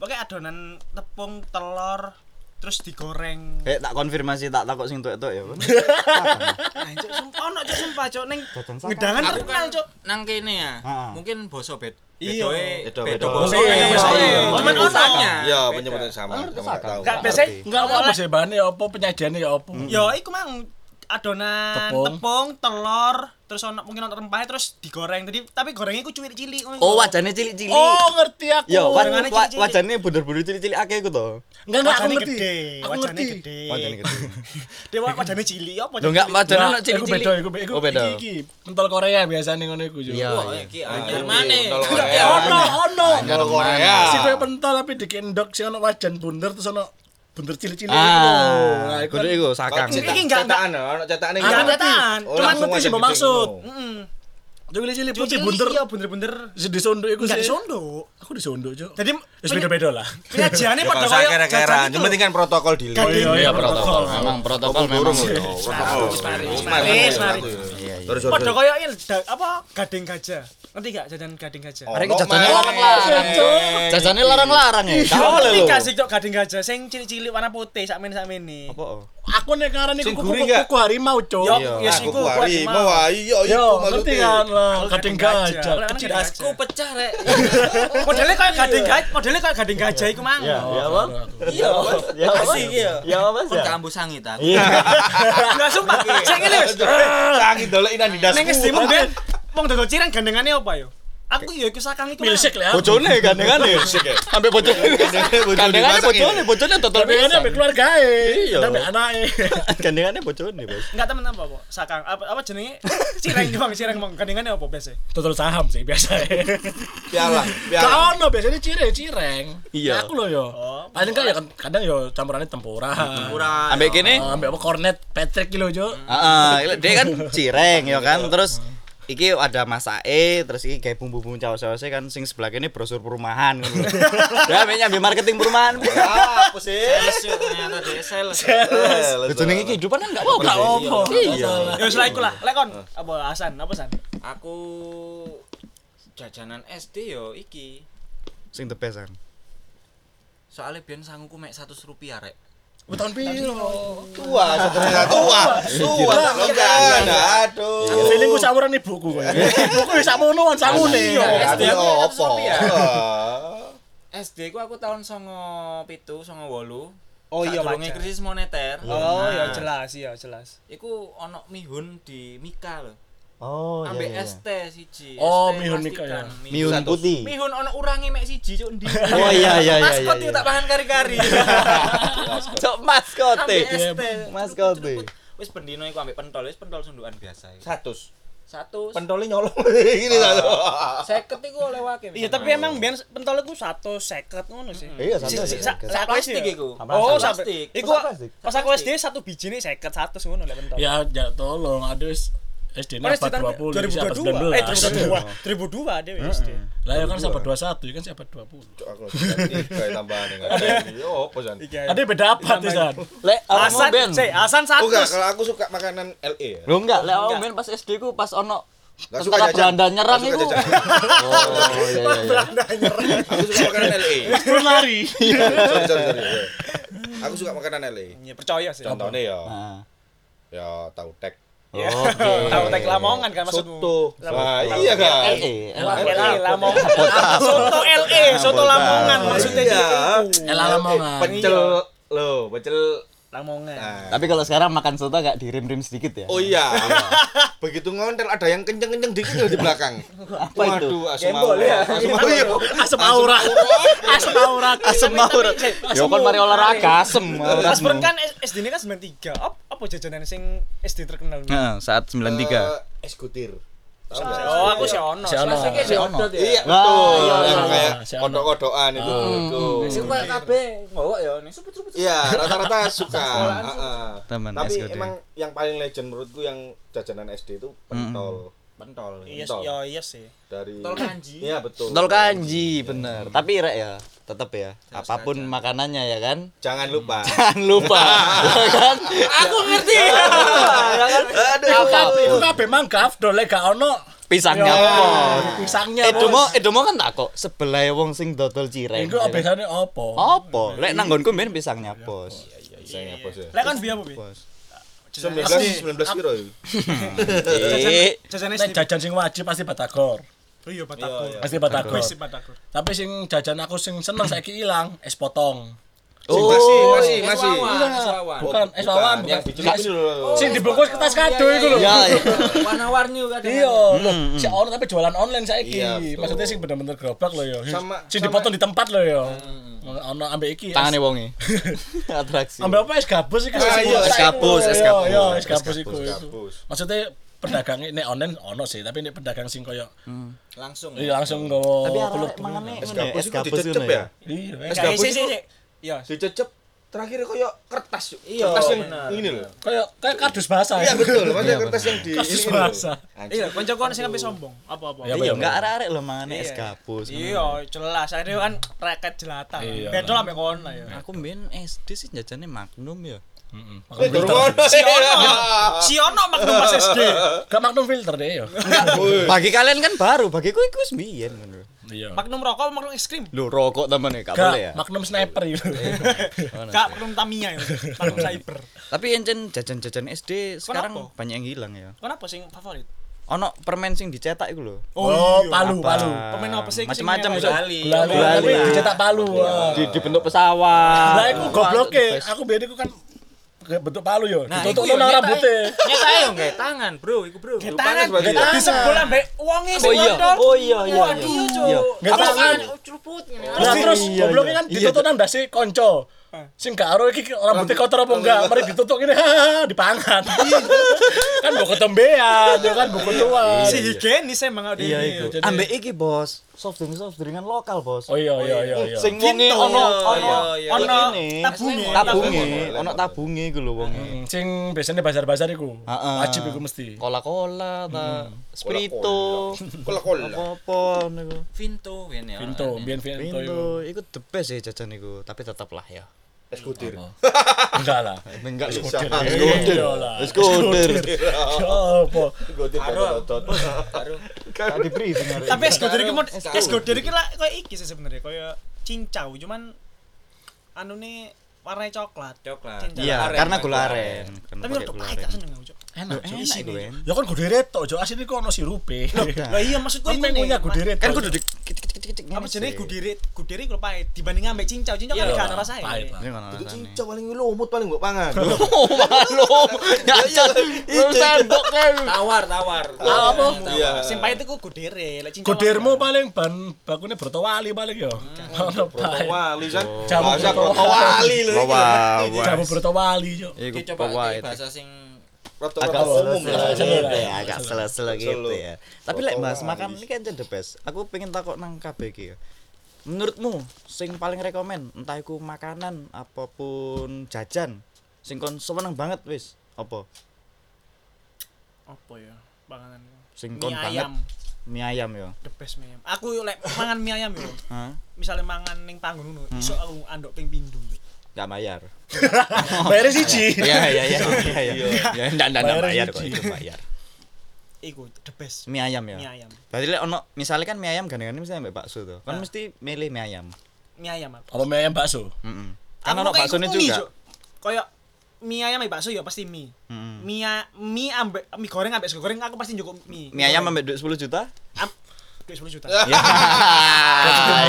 B: Pakai adonan tepung telur terus digoreng.
A: Eh tak konfirmasi tak takok sing tuwek-tuwek ya. Bos.
B: Nah, cuk, sumpah ono cuk sumpah cuk ning
A: Jajan sakang.
B: ngedangan
D: Aku
B: terkenal
D: kan
B: cuk.
D: nang kene ya.
A: Ha.
D: Mungkin boso bed.
B: Iya.
D: bedoe-
F: Bedo-
D: bedo
F: bedo.
D: boso.
F: Iya,
D: kayaknya
B: iya,
D: boso.
B: iya.
D: Cuman
B: Iya.
D: urusannya.
F: Ya, penyebutan sama. Kamu gak tahu.
B: Gak biasa
E: Enggak apa sih bahannya apa penyajiannya ya apa.
A: Hmm.
B: Yo iku mang adonan
E: Tepung.
B: tepung, telur, terus ono mungkin ono rempahnya terus digoreng. Tadi tapi gorengnya iku cilik-cilik. ngono.
A: Oh wajahnya cilik-cilik.
E: Oh ngerti aku.
A: Yo, wa-
B: Barengannya
A: wa-
B: cilik-cilik.
A: wajahnya bunder-bunder cilik-cilik akeh iku to.
E: Enggak enggak aku
B: Wajahnya
E: ngerti.
B: gede,
E: Aku
B: wajahnya
E: ngerti.
B: gede.
A: Wajahnya gitu.
B: Dewa wajahnya cilik apa?
A: Lo enggak wajahnya
E: Nah,
A: nak
E: Iku
A: cilik-cilik.
E: beda, iku beda. Iku
A: Oh, beda.
E: iki- iki. Pentol Korea biasanya ngono iku yo.
A: Iya.
D: Wah, iki anyar
F: Iya.
D: maneh.
F: Tolong
E: Ya
F: Korea.
E: ono ono.
F: Tolong Korea.
E: Si kue pentol tapi dikendok si ono wajan bunder terus ono bunder cilik-cilik iku.
A: Ah,
E: iku
A: kudu
E: kan-
A: iku sakang.
B: Iki enggak, enggak.
F: cetakan, ono cetakan
B: Iya,
E: Aku
F: enggak.
E: ngerti.
F: Oh,
E: Cuman
F: langsung
E: ngerti sih
F: aja
E: mbak maksud.
F: gitu.
B: Heeh.
E: Cilik-cilik putih
B: Putih
E: bunder.
B: Iya, bener-bener.
E: Si disunduk iku
B: Enggak
E: sih.
B: disunduk.
E: Aku disunduk, Cuk.
B: Jadi
E: Wis beda-beda lah.
B: Penyajiannya
F: Ya,
B: pada
F: kalau saya kira-kira, yang penting kan protokol di
A: Iya protokol. Memang protokol memang.
B: Wis, mari.
A: Iya, iya.
F: iya. Terus
B: Padha koyo ini, da- apa gading gajah. Ngerti gak jajan gading gajah?
F: Oh.
A: Mari kita jajannya larang-larang. Jajannya larang-larang ya.
B: Yo
A: Kawal
B: ngerti
A: lho.
B: gak sih cuk gading gajah sing cilik-cilik warna putih sakmene-sakmene.
A: Apa?
E: Aku nek ngarani
F: Sing
E: kuku
F: gurih nggak?
E: kuku harimau, Cuk.
B: Yo,
F: Ya
B: yes iku
F: aku
B: Iya, kuat
F: kuari,
B: mau.
F: mau ayo yo
E: Yo,
F: itu
E: ngerti
F: maksudnya.
E: kan lah.
B: Gading
E: Kadang
B: gajah.
E: gajah.
B: Kadang
E: Kecil
B: gajah.
E: asku.
D: Pecah rek.
B: Iya, Modelnya kayak gading gajah, modelnya kayak gading gajah iku mang.
A: Iya, Bang. Iya, Bang. Iya, Bang. Iya, Bang.
D: Pun kambu sangit aku.
B: Iya. Enggak sumpah. Cek ngene wis.
F: Iya. Sakit dolek inan di dasku.
B: Ning SD mung ben wong dodol cireng gandengane apa yo? Aku yo iku sakang iku. Mang.
E: Milsek lah.
A: Bojone gandengane. Sampai bojone. Gandengane bojone, bojone total
E: Tapi kan ambek keluarga e.
A: Iya.
E: Tapi anake.
A: Gandengane bojone, Bos.
B: Enggak temen apa apa? Sakang apa apa jenenge? Cireng Bang, cireng Bang. Gandengane apa biasa?
E: Total saham sih biasanya.
F: Piala,
E: Gak
F: piala.
E: ono biasanya cireng cireng.
A: Iya.
E: Aku loh yo. Paling kan ya kan- kadang yo campurannya tempura.
D: Kurang.
A: Ambek kene
E: Ah, Ambil apa cornet Patrick gitu jo.
A: Heeh, Ah, dia kan cireng ya kan. Terus iki ada masake, terus iki kayak bumbu-bumbu saus-sausnya kan sing sebelah kene brosur perumahan ngono lho. Ya mek nyambi marketing perumahan.
F: Apa sih? Eh,
D: Sales yuk, ternyata dia sales.
A: Lu jenenge kehidupan kan enggak
E: Gak
A: apa-apa.
E: apa.
A: Iya.
B: Ya wis lah iku lah. Lek kon apa Hasan, apa San?
D: Aku jajanan SD yo iki.
A: Sing the best kan.
D: Soalnya biyen sanguku mek 100 rupiah rek.
E: Tahun piro.
F: Tua, satu tua, tua, tua. Lonjakan, aduh.
E: Feeling gue samuran ibuku kok. ya. Ibuku bisa monoan samune. ya.
F: Tapi
D: Iya.
F: opo.
D: Iya. SD ku aku tahun 97, 98.
B: Oh iya
D: Sadurunge
B: wajar.
D: krisis moneter.
B: Oh
D: Nah,
B: ya jelas, iya jelas.
D: Iku ono mihun di Mika lho.
B: iya,
A: Oh
D: Ambek ST siji.
E: Oh,
D: ST
E: mihun Mika,
D: plastikan.
E: ya.
D: Mihun.
A: Miun putih.
D: Mihun ono urange mek siji cuk ndi.
A: Oh iya iya iya iya.
D: Maskot
A: iya.
D: yuk tak pangan kari-kari.
A: Cok maskote. Iya,
D: Ambek ST.
A: Maskote.
D: Wis pendino iku ambek pentol, wis pentol sundukan biasa. iku.
F: Satu.
D: Satu
F: Pentolnya nyolong. Ini satu.
D: Ah. seket iku oleh wake.
B: Iya tapi emang biyen pentol iku 150 ngono sih.
A: Iya santai.
B: Si- si-
A: santai.
B: sa- aku SD
D: plastik
B: ya?
D: iku.
B: Oh,
D: Plastik.
B: sampai. Iku pas aku SD satu biji nih 50 100 ngono lek pentol. Kan
E: Ya ya tolong aduh wis SD ini apa 20 siapa
B: 2022 eh 2002
E: 19
B: 2002 dia SD.
E: Lah ya kan siapa 21 ya kan siapa 20
F: Aku tiga tambahan enggak. Yo, apa San?
B: Iki ae.
E: Ada beda apa tuh San?
A: Lek awakmu
B: Hasan,
A: ben.
B: sih, Hasan
F: Oh enggak,
B: 100.
F: kalau aku suka makanan LE ya.
A: Lu enggak, lek awakmu ben pas SD ku pas ono
F: Nggak suka
A: tentara
F: jajan.
A: Belanda nyerang
F: Nggak
A: iku.
F: suka jajan.
A: Oh iya iya, iya.
F: Aku suka makanan LE.
E: Lari.
F: Sorry, sorry, sorry. Aku suka makanan LE.
B: Ya percaya sih.
F: Contohnya ya,
A: Nah.
F: ya tahu tek.
B: Ya.
A: Oke.
B: Tahu tek Lamongan kan
A: Eh,
B: maksudmu.
F: Soto. Nah, iya kan.
A: LE.
B: LA Lamongan. Soto LE eh soto Lamongan maksudnya
F: Iya.
B: di
E: Elah Lamongan.
F: Pecel lo, pecel.
B: Lamongan.
F: Nah.
A: Tapi kalau sekarang makan soto agak dirim-rim sedikit ya.
F: Oh iya. Begitu ngontel ada yang kenceng-kenceng dikit loh di belakang.
A: Apa itu?
F: Waduh, asam aura. Asam aura.
B: Asam aura. Asam aura.
A: Asem mau. Yo kan mari olahraga asem.
B: Mas
A: auratmu.
B: Bern kan SD ini kan 93. Apa apa jajanan sing SD terkenal?
E: Nah.
A: Heeh, saat 93.
F: Eh, Es kutir. Tahu nggak?
B: Oh, aku sih ono.
E: Si ono. Si ono.
D: ya.
F: Iya
A: Wah,
F: betul.
A: iya, iya,
F: Yang kayak
E: Si ono.
F: kodok-kodokan itu. itu.
E: ya,
F: Iya, rata-rata suka. Heeh.
A: Teman
F: Tapi
A: SKD.
F: emang yang paling legend menurutku yang jajanan SD itu pentol.
D: pentol
B: Iya,
F: Pentol.
B: iya, iya sih.
F: Dari
D: Pentol kanji.
F: Iya, betul.
A: Tol kanji, bener. Tapi rek ya, tetap ya. Apapun makanannya ya kan.
F: Jangan lupa.
A: Jangan lupa, ya kan?
E: Aku ngerti.
A: Aduh.
E: Aku kabeh manggaf dole gak ono
A: Pisangnya
E: Ya.
A: apa?
E: pisangnya.
A: Edomo, Edomo kan tak kok sebelah wong sing dodol cireng.
E: Iku obesane opo?
A: Apa? Lek nang nggonku mbiyen pisangnya bos.
F: Sayang apa sih?
B: Lek kan biar apa, Bi?
A: Bos.
F: 19 19 kilo. ya?
A: Eh,
B: Jajanan SD.
E: Nek jajan sing wajib pasti batagor.
B: Oh iya, Batagor.
E: Pasti batagor.
B: Wis sih, Batagor.
E: Tapi sing jajan aku sing seneng saiki ilang es potong.
A: Oh,
F: Masih, masih,
A: Iya,
F: masih.
E: Bukan es wawan,
F: Yang
E: bukan.
F: dicelup ini loh.
E: Sing dibungkus kertas kado iku lho.
A: ya ya.
G: warna-warni kadang
E: Iya, loh, si orang tapi jualan online saiki.
F: Iya, betul.
E: Maksudnya sih bener-bener gerobak loh ya.
F: Sama-
E: Sing
F: sama-
E: dipotong di tempat loh ya. Ono ambek iki. es-
A: tangane wonge. iya. Atraksi.
E: Ambek apa es gabus iki?
F: Iya. Ah, iya, es
A: gabus, es gabus.
E: Iya, es gabus iku.
F: Gabus.
E: Maksudnya pedagang ini online ono sih, tapi ini pedagang sing koyo
F: Hmm.
D: langsung
E: iya, langsung nggawa
A: Tapi
E: kulub.
A: arek mangane
F: Es
A: ngene,
F: gabus
A: es
F: itu
A: gabus
F: dicecep
A: ngono
F: ya?
A: ya.
E: Iya,
B: Kayak
F: Es gabus
B: sih,
F: itu
B: sih, sih. Iya.
F: dicecep terakhir kayak kertas.
D: Iya,
F: Kertas yang
D: benar.
F: ini loh.
E: koyo kayak kardus basah.
F: Iya betul, maksudnya kertas yang di
E: Kertas
F: ini loh.
E: basah.
F: Anjir.
B: Iya, kancaku sing sampe sombong. Apa-apa.
E: Iya,
A: Iya, enggak arek-arek lho mangane es
B: Iya.
A: gabus.
B: Iya, jelas. Akhirnya kan reket jelata.
E: Iya.
B: Bedol sampe kono ya.
A: Aku mbiyen SD sih jajannya Magnum ya.
E: Heeh.
F: Eh,
E: Magnum filter.
F: dorong ono.
B: Si ono. Si ono Magnum pas SD.
E: Gak Magnum filter deh ya.
A: Bagi kalian kan baru, bagiku iku wis mbiyen ngono.
E: Iya.
B: Magnum rokok, Magnum es krim.
A: Lho rokok temen ya, gak
E: Gak,
A: boleh ya.
E: Magnum sniper iya. itu.
A: Ngono
B: Kak,
A: sih.
B: Magnum Tamiya itu. Magnum Cyber.
A: Tapi encen jajan-jajan SD sekarang
B: apa?
A: banyak yang hilang ya.
B: Kenapa sing favorit?
A: Ono permen sing dicetak iku lho.
E: Oh,
A: iya.
E: palu, palu.
B: Permen apa sih?
A: Macam-macam
B: Sing
A: iso.
D: Iya,
E: Gula tapi dicetak palu. wah.
A: Di, dibentuk pesawat.
E: Lah iku gobloke, aku biyen iku kan kayak bentuk palu yo, ditutup
D: iku yo,
E: nang
D: nyetae.
E: rambutnya.
D: nyetae yo nggak tangan bro iku bro
B: Kayak
D: Lupa
B: Ya, tangan.
F: Panas bagi.
B: Di sebelah mbek uangnya
A: Oh
B: sing
A: iya,
B: kontol.
A: oh iya, iya, iya.
B: Waduh, Cuk.
A: Iya.
E: Nggak tahu kan.
G: ceruput
E: Terus
A: Iya,
E: Nah, terus
A: iya,
E: gobloknya
A: iya.
E: kan ditutup nang dasi konco. Sing gak aro iki rambutnya kotor apa enggak? Mari ditutup ini hahaha, dipangan.
A: Iya.
E: kan mbok ketembean, ya kan mbok tuan.
B: Si higienis emang ada
A: Iya
B: ini.
A: iku.
E: jadi-
A: Ambek iki, Bos. Soft drink soft drinkan lokal, Bos.
E: Oh iya iya iya iya.
A: Sing wonge
B: Gitu.
A: ono ono
B: Ono
A: ini.
B: tabunge.
A: tabunge, ono tabunge iku lho wonge.
E: Hmm, Sing biasanya bazar-bazar iku.
A: Heeh.
E: Wajib iku mesti.
A: Cola-cola ta, Sprito,
F: Kol-kol.
A: apa-apa niku.
D: Vinto ngene ya.
E: Pintu, biyen pintu iku.
A: Pintu, iku the best ya jajan iku, tapi tetap lah ya.
F: Es kutir.
E: Enggak lah.
A: Enggak lho.
E: Iya lah. Ya
A: Wis kuder.
E: Apa?
F: Kutir dodot.
A: Tadi briefing hari
B: Tapi es goder iki mod- es goder iki lah koyo iki sih sebenarnya koyo cincau cuman anu nih warnanya coklat.
D: Coklat.
B: Cincau.
A: Iya,
D: Aren,
A: karena
D: Pak.
A: gula aren. Karena
B: Tapi
A: pakai
B: untuk
A: gula
B: pahit
A: aren.
B: gak seneng aku, Cuk.
A: Enak, enak iku kan.
E: Ya kan gede reto, jo asine iku ono sirupe.
B: Lah iya maksudku
E: Kan pengen punya gede reto.
A: Kan kudu di kicik-kicik
B: apa jenenge gudiri gudiri kalau pahit dibanding ambek cincau cincau kan
E: Iya,
B: gak ada rasanya
E: pahit, Pak.
F: Itu cincau paling lu umut paling gua pangan.
A: Oh, malum. Ngajak. Lu tembok kan.
D: tawar tawar
E: apa?
F: Iya.
B: sing pahit itu gudiri lek cincau
E: Godirmu paling ban bakune brotowali paling yo. Ono pae.
F: Wali kan.
E: Jamu
F: Bahasa
E: Broto-
F: Brotowali lho. iki.
E: Jamu brotowali jo.
A: Iku
D: Iki coba
A: coba
D: iki bahasa sing
F: Broto-
A: agak
F: Broto umum
A: selo-selo
F: lah.
A: gitu
E: lah.
A: ya, agak selo-selo gitu ya. Tapi lek bahas makan ini kan the best. Aku pengen takut nang kabeh iki ya. Menurutmu sing paling rekomen entah iku makanan apapun jajan sing kon seneng banget wis apa?
B: apa ya panganan
A: Sing kon
B: mie
A: banget
B: ayam
A: mie ayam ya.
B: the best mie ayam aku yo, lek mangan mie ayam yo
A: Hah?
B: misalnya mangan ning panggung ngono iso aku andok ping pindho
A: Gak bayar.
E: Bayar siji.
A: Iya iya iya iya iya. Ya ndak ndak ndak
E: Bayar
A: bayar kok
E: siji.
A: itu bayar.
B: iku the best
A: Mie ayam ya.
B: mie ayam
A: Berarti lek ono misalnya kan mie ayam gandengane misalnya mbak bakso tuh.
B: Nah.
A: Kan mesti milih mie ayam.
B: mie ayam aku
E: Apa mie ayam bakso?
A: Heeh. Kan ono baksone juga.
B: koyo mie ayam ambek bakso ya pasti mie
A: Mm-mm.
B: mie a- mie ambek mie goreng ambek sego goreng aku pasti cukup mie Ah.
A: Mie ayam ambek duit 10 juta?
B: Am- duit 10 juta
A: Ya.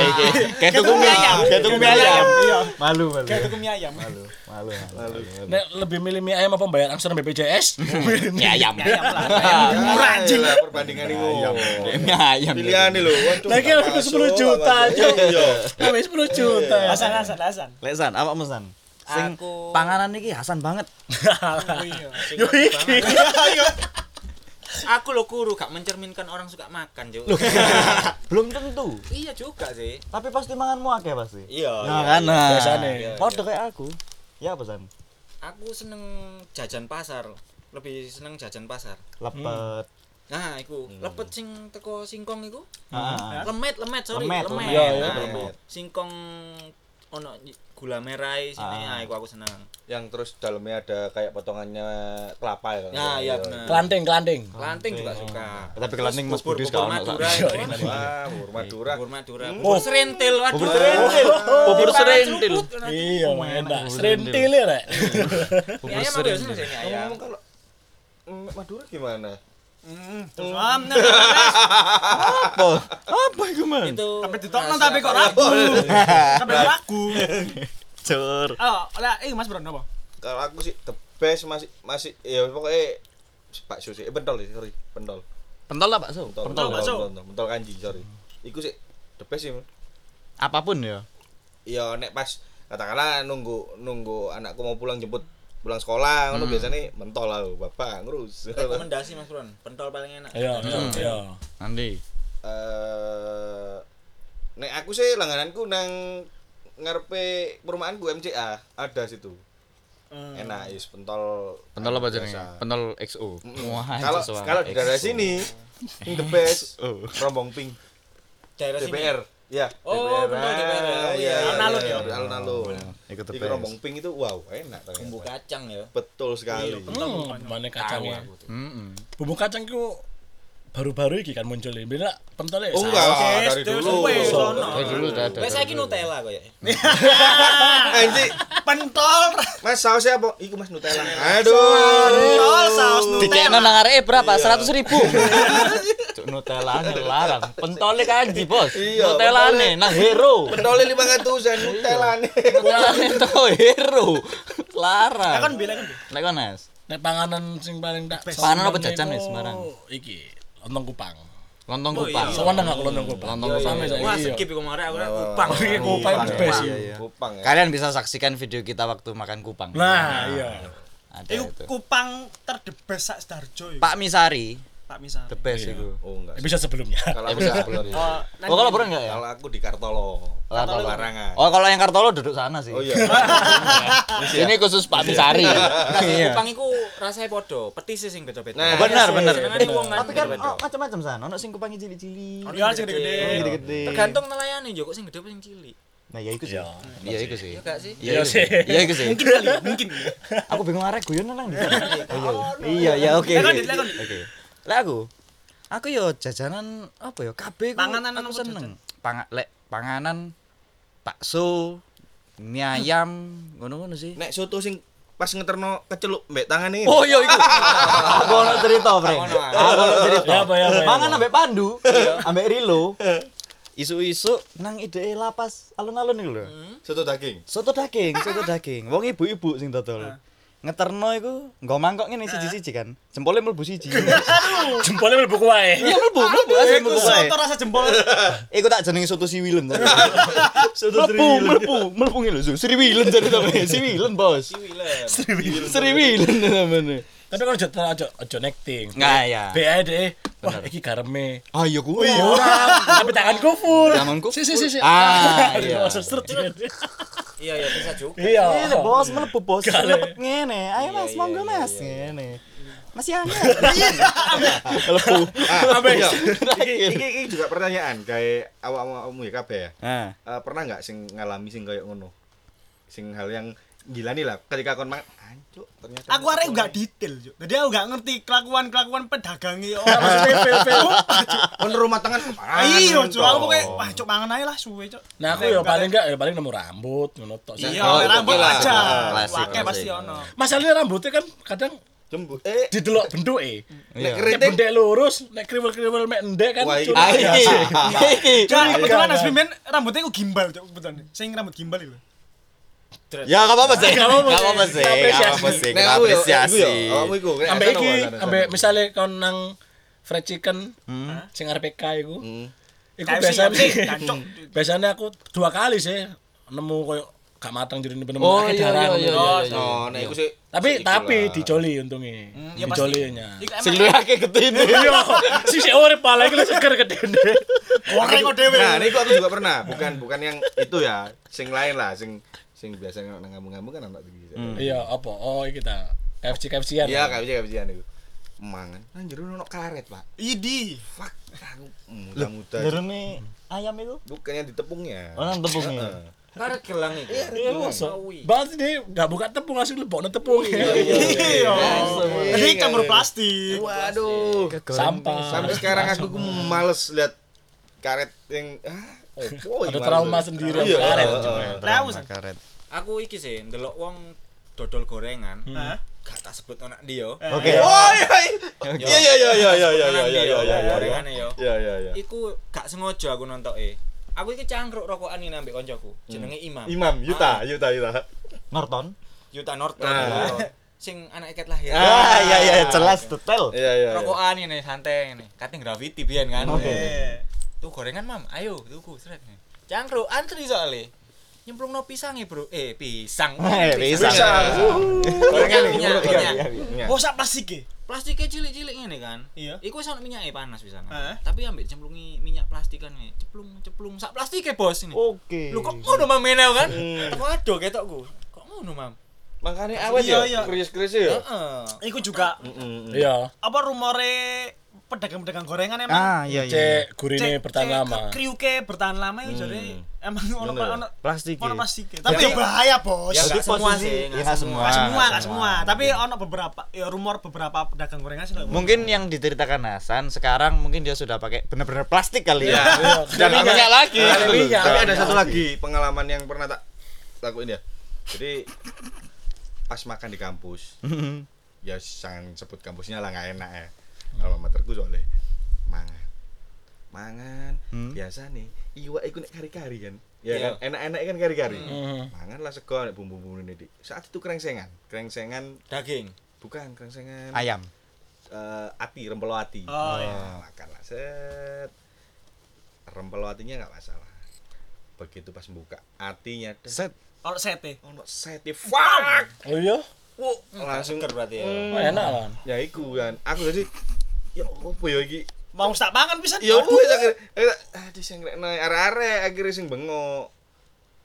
A: iki. Kayak tuku mie ayam, kayak tuku mie ayam.
B: Iya.
A: Malu, malu.
B: Kayak tuku mie ayam. Malu.
A: Malu. malu.
E: Nek lebih milih mie ayam apa bayar angsuran BPJS?
A: Mie ayam. Mie ayam.
F: Murah anjing lah perbandingan ini.
A: Mie ayam.
F: Pilihan nih lho.
E: Lagi lebih 10 juta aja.
F: Iya.
E: Lebih 10 juta.
B: Hasan, Hasan, Hasan.
A: Lek San, apa mesan? Sing
D: Aku-
A: panganan iki Hasan banget.
B: Oh, iya.
E: Yo iki.
D: Aku lo kuru gak mencerminkan orang suka makan, Cuk.
A: Belum tentu,
D: Iya juga sih.
A: tapi pasti manganmu akeh pasti.
D: Iya.
A: Nah, kan. nah.
E: Biasane.
A: Padha kayak aku. Ya apa San?
D: Aku seneng jajan pasar. Lebih seneng jajan pasar.
A: Lepet.
D: Nah, iku lepet sing teko singkong iku.
A: Ah.
D: Lemet, lemet, sorry.
A: Lemet,
D: Lemet.
A: lemet.
D: Iya,
A: Iya,
D: nah,
A: lemet.
D: Singkong ono gula merah sini,
A: Ah.
D: ah iku aku seneng.
F: Yang terus dalamnya ada kayak potongannya kelapa ya. kan?
D: Nah, iya bener.
E: Kelanting, kelanting.
D: Kelanting juga suka.
A: Tapi kelanting
D: Terus
A: Mas Budi
D: bubur-
A: gak ono,
D: bubur
A: San.
D: Madura itu kan.
B: Iya.
F: Wah, bubur Madura.
D: Bubur Madura. Bubur serintil. Waduh.
A: Hmm. Bubur serintil. Bubur serintil.
E: Iya, enak. Serintil ya, Rek.
D: Mie ayam aku ya seneng sih mie ayam.
F: Ngomong kalau mm, Madura gimana?
B: Am, nah, nah,
A: Apa? Apa iku, Man?
D: Itu.
B: Sampai ditokno tapi kok ragu. Sampai ragu.
A: Cur.
B: Oh, lah, eh Mas Brono apa?
F: Kalau aku sih the best masih masih ya pokoknya Pak Susi, eh pentol sih, sorry, pentol.
A: Pentol lah, Pak So.
F: Pentol,
B: Pentol, bakso.
F: pentol, pentol kanji, sorry. Iku sih the best sih.
A: Apapun ya.
F: Iya, nek pas katakanlah nunggu nunggu anakku mau pulang jemput pulang sekolah, ngono biasanya mentol lah lho, bapak ngurus.
D: Rekomendasi Mas Bron. Pentol paling enak.
E: Iya, iya, iya.
A: Nanti.
F: eh nek aku sih langgananku nang ngarepe perumahanku MCA ada situ enak is pentol
A: Pentol apa
F: biasa.
A: jenenge? Pentol XO. Wah,
F: kalau
A: XO.
F: kalau di daerah sini yang the best
A: Oh.
F: rombong pink
D: Daerah sini.
F: DPR ya
D: Oh, pentol DPR ya. Oh, iya.
B: Alun-alun ya?
F: alun-alun
A: Iku the
F: Iku
A: best.
F: rombong pink itu wow enak
D: Bumbu
F: ternyata
D: kacang ya.
F: betul sekali
E: Hmm, mana
D: Tahu
E: kacangnya?
D: aku. tuh.
A: Heeh.
E: Bumbu kacang itu baru-baru ini kan muncul ya. Beda pentolnya
F: oh
E: saus.
F: enggak
B: Oke,
F: dari
B: terus
F: dulu
B: wes, sono.
A: Dari dulu udah ada.
D: Wes saiki Nutella kok ya.
F: anji
B: Pentol,
F: Eh, mas sausnya apa iku mas Nutella aduh
B: pentol saus
A: Dicekno
B: Nutella.
A: nang areke berapa? 100 ribu. Iya. Cuk Nutella larang. Pentole kanji, Bos.
F: Iya,
A: Nutella
F: pentolnya-
A: nang hero.
F: pentolnya lima ratusan Nutella nih
A: Nutella to hero. Larang.
B: Kan bilang kan.
A: Nek kon Nes?
E: Nek panganan sing paling tak
A: Panganan apa
E: seneng
A: jajan
E: iku
A: wis, barang?
E: Iki, lontong kupang.
A: Lontong kupang.
E: Seneng aku lontong kupang.
A: Lontong kupang.
E: Sampai
D: Wah,
E: saiki.
D: skip iku mare aku rek kupang.
E: Iki kupang the
A: Iya,
E: best. iki.
A: iya.
F: Kupang ya.
A: Kalian bisa saksikan video kita waktu makan kupang.
E: Nah, iya.
A: Ada
B: Iku
A: itu.
B: kupang terdebes sak Sidoarjo iku,
A: Pak Misari,
B: Pak misal.
A: the best itu.
F: Oh enggak. sih.
E: Bisa sebelumnya.
F: Kalau aku bisa belum.
A: Oh, kalau pernah enggak ya?
F: Kalau aku di Kartolo.
A: Kartolo.
F: larangan.
A: Oh, kalau yang Kartolo duduk sana sih. Ah.
F: Oh iya.
A: Ini khusus Pak Misari. Iya.
D: Kupang iku rasane padha, petis sih sing beda-beda.
F: Nah,
A: Benar, benar.
D: Senengane wong kan
A: Tapi kan
D: beda-beda.
A: oh, macam-macam sana. Ono sing kupangi cilik-cilik.
B: Iya, sing gede-gede.
A: Ono Gede-gede.
D: Tergantung nelayane yo kok sing gede apa sing cilik.
A: Nah, ya iku sih. Iya, iku sih.
D: Ya gak sih?
A: Iya iku sih. Iya iku sih. Mungkin kali, mungkin. Aku bingung arek guyon nang. ndi. Iya, Iya, iya oke.
B: Lah, kon,
A: oke.
B: lah, kon.
A: Oke. Lah aku. Aku yo jajanan apa yo kabeh ku
B: Panganan
A: aku
B: apa
A: seneng. Pang lek panganan bakso, mie ayam, ngono-ngono sih.
F: Nek soto sing pas ngeterno kecelup mbek tangane.
A: Oh iya iku. Aku ono cerita, Bre. Aku ono ah. cerita.
E: Ya apa ya. apa, ya,
A: Mangan
E: apa.
A: ambek Pandu, ambek Rilo. Isu-isu nang ide lapas alun-alun iku lho.
F: Soto daging.
A: Soto daging, soto daging. Wong ibu-ibu sing dodol. Ngeterno iku nggo mangkok ngene siji-siji kan. Jempole mlebu siji. Iya
E: Jempolnya mlebu kuwae.
A: mlebu, mlebu asli mlebu wae.
B: Soto rasa jempol.
A: Iku tak jenenge soto siwilen tadi. Soto mlebu, mlebu, mlebu ngene lho. Sriwilen jadi tapi siwilen, Bos. Iya, Sriwilen namanya.
E: Tapi kan ojo ojo ojo nekting.
A: Nggak, ya.
E: Be ae deh. Wah, iki gareme.
A: Ayo Ah, iya kuwi.
E: Orang, tapi tanganku full.
A: Zamanku.
E: Si si si. si.
A: Ah, iya.
E: Langsung seret.
D: Iya, iya bisa juga.
E: Iya.
A: Iya, bos mlebu bos
E: Gale.
A: lepet ngene. Ayo Mas, monggo Mas
E: iya.
A: ngene. Masih angel. Mlebu.
F: Ah, iya. Iki, iki, iki juga pertanyaan kayak awak-awakmu ya kabeh ya.
A: Nah,
B: Ah.
F: Eh, pernah nggak sing ngalami sing kayak ngono? Sing hal yang gila nih lah ketika kon makan ancuk ternyata
B: Aku arek enggak detail, Cuk. Jadi aku enggak ngerti kelakuan-kelakuan pedagangnya orang masuk PP.
F: kon rumah tangan apaan?
B: Iya, Cuk. Aku
F: Entah.
B: pokoknya wah, Cuk mangan ae lah suwe, Cuk.
E: Nah, aku ya paling enggak ya paling nemu rambut ngono tok.
B: Iya,
F: Oh,
B: rambut
F: itu lah.
B: aja.
A: Klasik,
B: Wake
A: klasik.
B: pasti ono.
E: Masalahnya rambutnya kan kadang
F: Jembu. Eh,
E: didelok bentuke.
F: nek
E: Nek
F: keriting.
E: bentuke lurus, nek kriwel-kriwel mek endek kan.
F: Wah, iki.
A: Ah,
E: curiga.
A: iki. Iki.
B: Cuma kebetulan Mas Bimen rambutnya gue gimbal cok kebetulan. Sing rambut gimbal itu.
A: Ya enggak apa-apa sih.
E: Nggak apa-apa
A: Enggak apa-apa
E: sih.
A: sih. Enggak apa-apa sih. Kita
F: Nek aku yo, aku
A: apresiasi.
F: yo, ya, awakmu iku, nek
E: Ambek
F: sana
E: iki,
F: wae, sana, sana.
E: ambek misale kon nang fried chicken sing arep PK iku.
F: Hmm.
E: Iku
B: KFC,
E: biasanya
B: KFC, kancok.
E: biasanya aku dua kali sih nemu koyo gak matang jadi bener
A: Oh, iya, iya, iya, iya, iya.
F: Oh, nek iku sih.
E: Tapi
F: sik iku
E: tapi
F: lah.
E: dijoli untunge.
B: ya pasti.
E: Dijolinya.
A: Sing
B: Iku emang
A: luwih akeh ketine.
E: Iya, si si urip pala iki lu seger gedene.
B: goreng kok dewe.
F: Nah, ini aku juga pernah, bukan bukan yang itu ya, sing lain lah, sing sing biasanya nang ngambung-ngambung kan anak tinggi.
B: Hmm.
E: Iya, apa? Oh, iki ta. KFC KFC-an.
F: Iya, gak bisa gak bisa itu. Mangan. Nang jero ono karet, Pak.
B: Idi.
F: Fuck, aku muda-muda.
A: Jerone ayam itu.
F: Bukan yang di tepungnya.
B: Oh,
A: Orang tepungnya.
F: Heeh.
D: Karet gelang iki.
E: Iya, masa. Banget ini gak buka tepung, langsung lebokno tepung.
B: Iya. Jadi campur plastik.
F: Waduh.
E: Sampah.
F: Sampai sekarang aku ku males lihat karet yang ah, opo,
E: Ada
F: gimana
E: trauma
F: tuh?
E: sendiri
F: Iya,
E: sama karet.
F: heeh.
B: Tahu sih.
A: Karet.
D: Aku iki sih ndelok wong dodol gorengan.
B: Hah?
D: Gak tak sebut anak dia.
A: Oke.
F: Oh iya iya iya iya iya iya iya iya iya iya iya iya
D: Gorengane yo.
F: iya iya iya
D: Iku gak sengaja aku nontoke. Aku iki cangkruk rokokan ini ambek koncoku. Jenenge Imam.
F: Imam
D: Ah,
F: Yuta Yuta Yuta
A: Norton.
D: Yuta Norton.
F: Ah.
D: yo. Sing anak ikat lahir.
A: Ah, iya iya jelas detail.
F: iya iya iya.
D: Rokokan ini santai ini. Kating gravity biyen kan.
B: Eh.
D: Tuh gorengan mam, ayo tuku seret. Cangkruk antri soalnya. Nyemplungno pisang ya, Bro. Eh, pisang.
A: Eh, bisa.
F: Bisa. Gorengan nih,
D: Minyak, minyak.
F: iya, iya, iya, iya.
B: Oh, sak plastik e.
D: plastiknya cilik-cilik ngene kan.
B: Iya.
D: Iku wis ana minyake panas bisa.
B: Heeh.
D: Tapi ambek cemplungi minyak plastikan ngene, ceplung-ceplung sak plastike bos ini.
A: Oke.
D: Lu kok ngono mam menel kan? Teko adoh ketokku. Kok ngono mam?
F: Hmm, Makanya awet
B: Iya,
F: ya,
B: iya.
F: keris-keris ya.
D: Heeh.
B: Iku juga
F: Hmm,
E: Iya.
B: apa rumore pedagang-pedagang gorengan emang.
A: Ah, iya iya.
E: Cek gurine bertahan lama.
B: Kriuke bertahan lama itu jadi emang ono
F: Bener.
B: ono
A: Plastik. ya.
B: ono plastik. Tapi ya bahaya, Bos.
D: Ya,
A: Jadi
D: nggak semua
A: posisi-
D: sih,
A: ya,
D: nggak
A: nggak
D: semua.
A: semua.
B: Gak semua,
A: Ah,
B: gak semua. Tapi ono beberapa ya rumor beberapa pedagang gorengan sih.
A: Mungkin yang diceritakan Hasan sekarang mungkin dia sudah pakai benar-benar plastik kali ya.
F: Dan Iya. minyak lagi.
E: Minyak.
F: Tapi ada satu lagi pengalaman yang pernah tak lakuin ya. Jadi pas makan di kampus, ya jangan sebut kampusnya lah nggak enak ya. Alma materku soalnya mangan. Mangan biasa nih. Iwa iku nek kari-kari kan.
D: Iya.
F: Ya kan enak-enak kan kari-kari. Mangan lah sego nek bumbu-bumbu ini. Dik. Saat itu krengsengan. Krengsengan
D: Daging.
F: bukan krengsengan
A: Ayam.
F: eh, ati rempelo ati
B: Oh, iya.
F: makan lah set rempelo atinya nggak masalah begitu pas buka atinya dah,
A: Set.
B: Ono sete.
F: ono sete fuck
E: Oh iya.
F: Wuh, langsung Mm.
D: Seger berarti ya.
E: Oh, enak kan.
F: ya iku kan aku jadi ya apa ya iki
B: Mau tak pangan bisa.
F: ya wis akhirnya akhirnya, aduh sing rekno arek-arek akhirnya sing bengok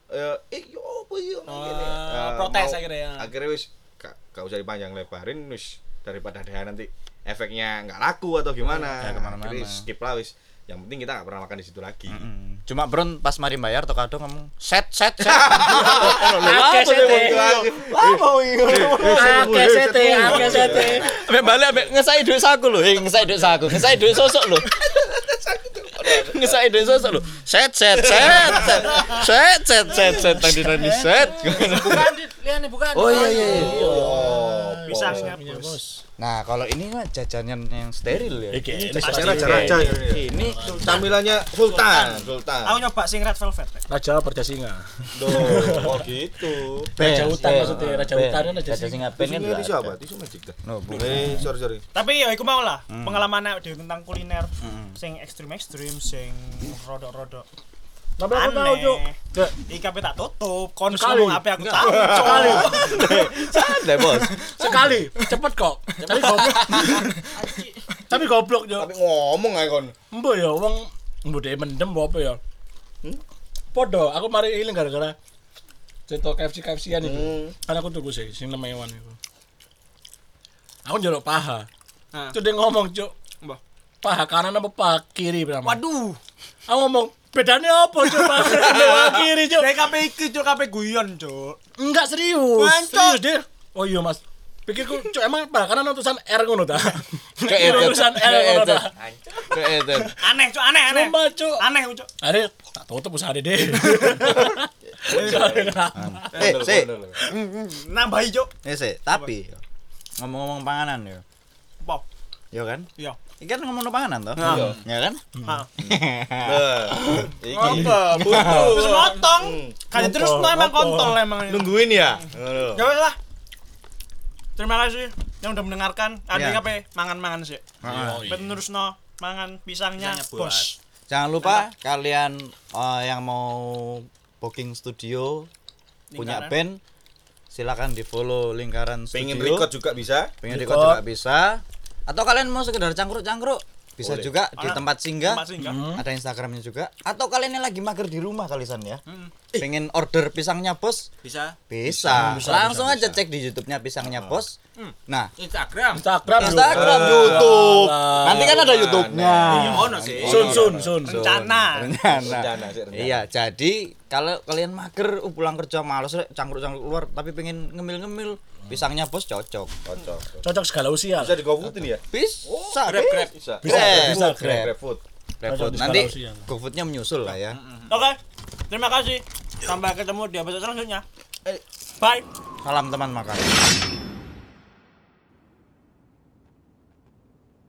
F: ya eh yo apa iki
A: Oh,
F: ono ngene?
B: Ah,
F: Eh,
B: protes
F: mau-
B: akhirnya ya.
F: akhirnya wis gak gak usah dipanjang lebarin wis daripada ada nanti efeknya nggak laku atau gimana
A: Ya, kemana-mana.
F: akhirnya skip lah wis yang penting kita nggak pernah makan di situ lagi
A: Hmm. Cuma Bron pas mari bayar Tokado ngomong set set set.
E: Akeh sete.
F: Iya,
A: Iya,
E: Akeh sete, akeh sete.
A: Ambek balik ambek ngesai duit saku lho, eh ngesai duit saku, ngesai duit sosok lho. ngesai duit sosok lho. Set set set set. Set set set set tadi tadi set.
D: Bukan, Dit. liane bukan.
A: Oh iya iya. iya.
F: Iya,
B: Bisa bos.
A: Nah, kalau ini mah jajanan yang steril ya.
E: Iki ini
F: Raja,
E: pasti
F: raja, raja.
A: Ini
F: Camilannya Sultan, Sultan.
B: Aku nyoba sing red velvet. Rek.
E: raja perja singa.
F: Duh, oh gitu.
E: Raja
A: Ben,
E: hutan
A: Ben,
E: maksudnya, raja
A: Ben.
E: hutan kan raja singa.
A: singa Ben kan
F: Tisunya
A: nggak
F: tisu
A: ada.
F: apa? Tisu magic dah.
A: No, bu.
F: Eh, sorry sorry.
B: Tapi ya iku mau lah pengalaman aku dhewe tentang kuliner sing ekstrim-ekstrim sing rodok-rodok.
E: Tapi aku tahu
B: Aneh.
E: Cuk. Cuk,
B: Iki kabeh tak tutup, kon
E: Sekali.
B: ngomong apa aku tahu. Cuk.
F: Ada bos.
E: Sekali, cepet kok. Tapi goblok. Tapi goblok yo.
F: Tapi ngomong aja kon.
E: Mbok ya wong mbok dhewe mendem apa ya. Podo, aku mari ilang gara-gara cerita KFC KFC-an itu.
F: Hmm.
E: Kan aku tuku sih sing nama Iwan itu. Aku njaluk paha.
B: Ah.
E: Itu dia ngomong, Cuk.
B: Mbah.
E: Paha kanan apa paha kiri, Bram?
B: Waduh,
E: Aku ngomong bedanya apa Cuk? Paha kanan paha kiri, Cuk.
B: dari kabeh iki cuk kabeh guyon cuk.
E: Enggak serius.
B: Mancok.
E: Serius dia. Oh iya, Mas. Pikirku, Cuk, emang paha kanan utusan R ngono ta? Kiri
A: gitu.
E: utusan R ngono ta?
B: Aneh cuk, aneh aneh.
E: Sumpah, Cuk.
B: Aneh cuk.
E: Ada tak tutup usaha deh. Soalnya kenapa?
A: Eh, sik.
B: Nambahi cuk.
A: Eh, sik. Tapi ngomong-ngomong panganan ya
B: Pop.
A: ya kan
B: Iya.
A: ini kan ngomong panganan toh kan?
B: Iya.
A: ya kan
B: Ah.
F: Nah, iki
B: Apa? Butuh. Terus Hmm. motong. Kayak terus no emang kontol emang ini.
F: nungguin ya. Ngono lho.
B: Ya wes lah. Terima kasih yang udah mendengarkan. Ada
A: Iya.
B: apa? Mangan-mangan sih.
A: Heeh.
B: Penerus no mangan pisangnya.
D: Pisangnya buat.
B: Bos.
A: jangan lupa kalian eh, yang mau booking studio punya
B: Lingkaran.
A: band silakan di follow lingkaran studio
F: Pengen record juga bisa.
A: pengen record juga bisa atau kalian mau sekedar cangkruk-cangkruk bisa
F: Boleh.
A: juga di
B: Anak,
A: tempat singgah Hmm.
B: tempat singgah.
A: ada instagramnya juga atau kalian yang lagi mager di rumah kalisan ya
B: Hmm.
A: pengen order pisangnya bos
D: bisa
A: bisa, langsung aja cek di youtube-nya pisangnya bos
B: Hmm.
A: nah
D: Instagram
E: Instagram yuk.
A: instagram youtube nanti kan ada youtube-nya
D: ono Ya, sih
E: Sun sun sun.
B: Rencana.
A: Rencana.
F: Rencana sih, rencana.
A: Iya, jadi kalau kalian mager uh, pulang kerja males rek, cangkruk-cangkruk luar tapi pengen ngemil-ngemil, pisangnya bos cocok.
F: Cocok.
E: Cocok segala usia.
F: Bisa di GoFood ini ya?
A: Bisa.
D: grab
A: Bis.
D: grab
F: Bisa.
A: Bisa, bisa, Grab.
F: Grab, Grab Food.
A: GrabFood.
E: Cocok di
A: Nanti
E: skala usia.
A: GoFoodnya menyusul lah ya.
B: Oke. Terima kasih. Sampai ketemu di episode selanjutnya. Bye.
A: Salam teman makan.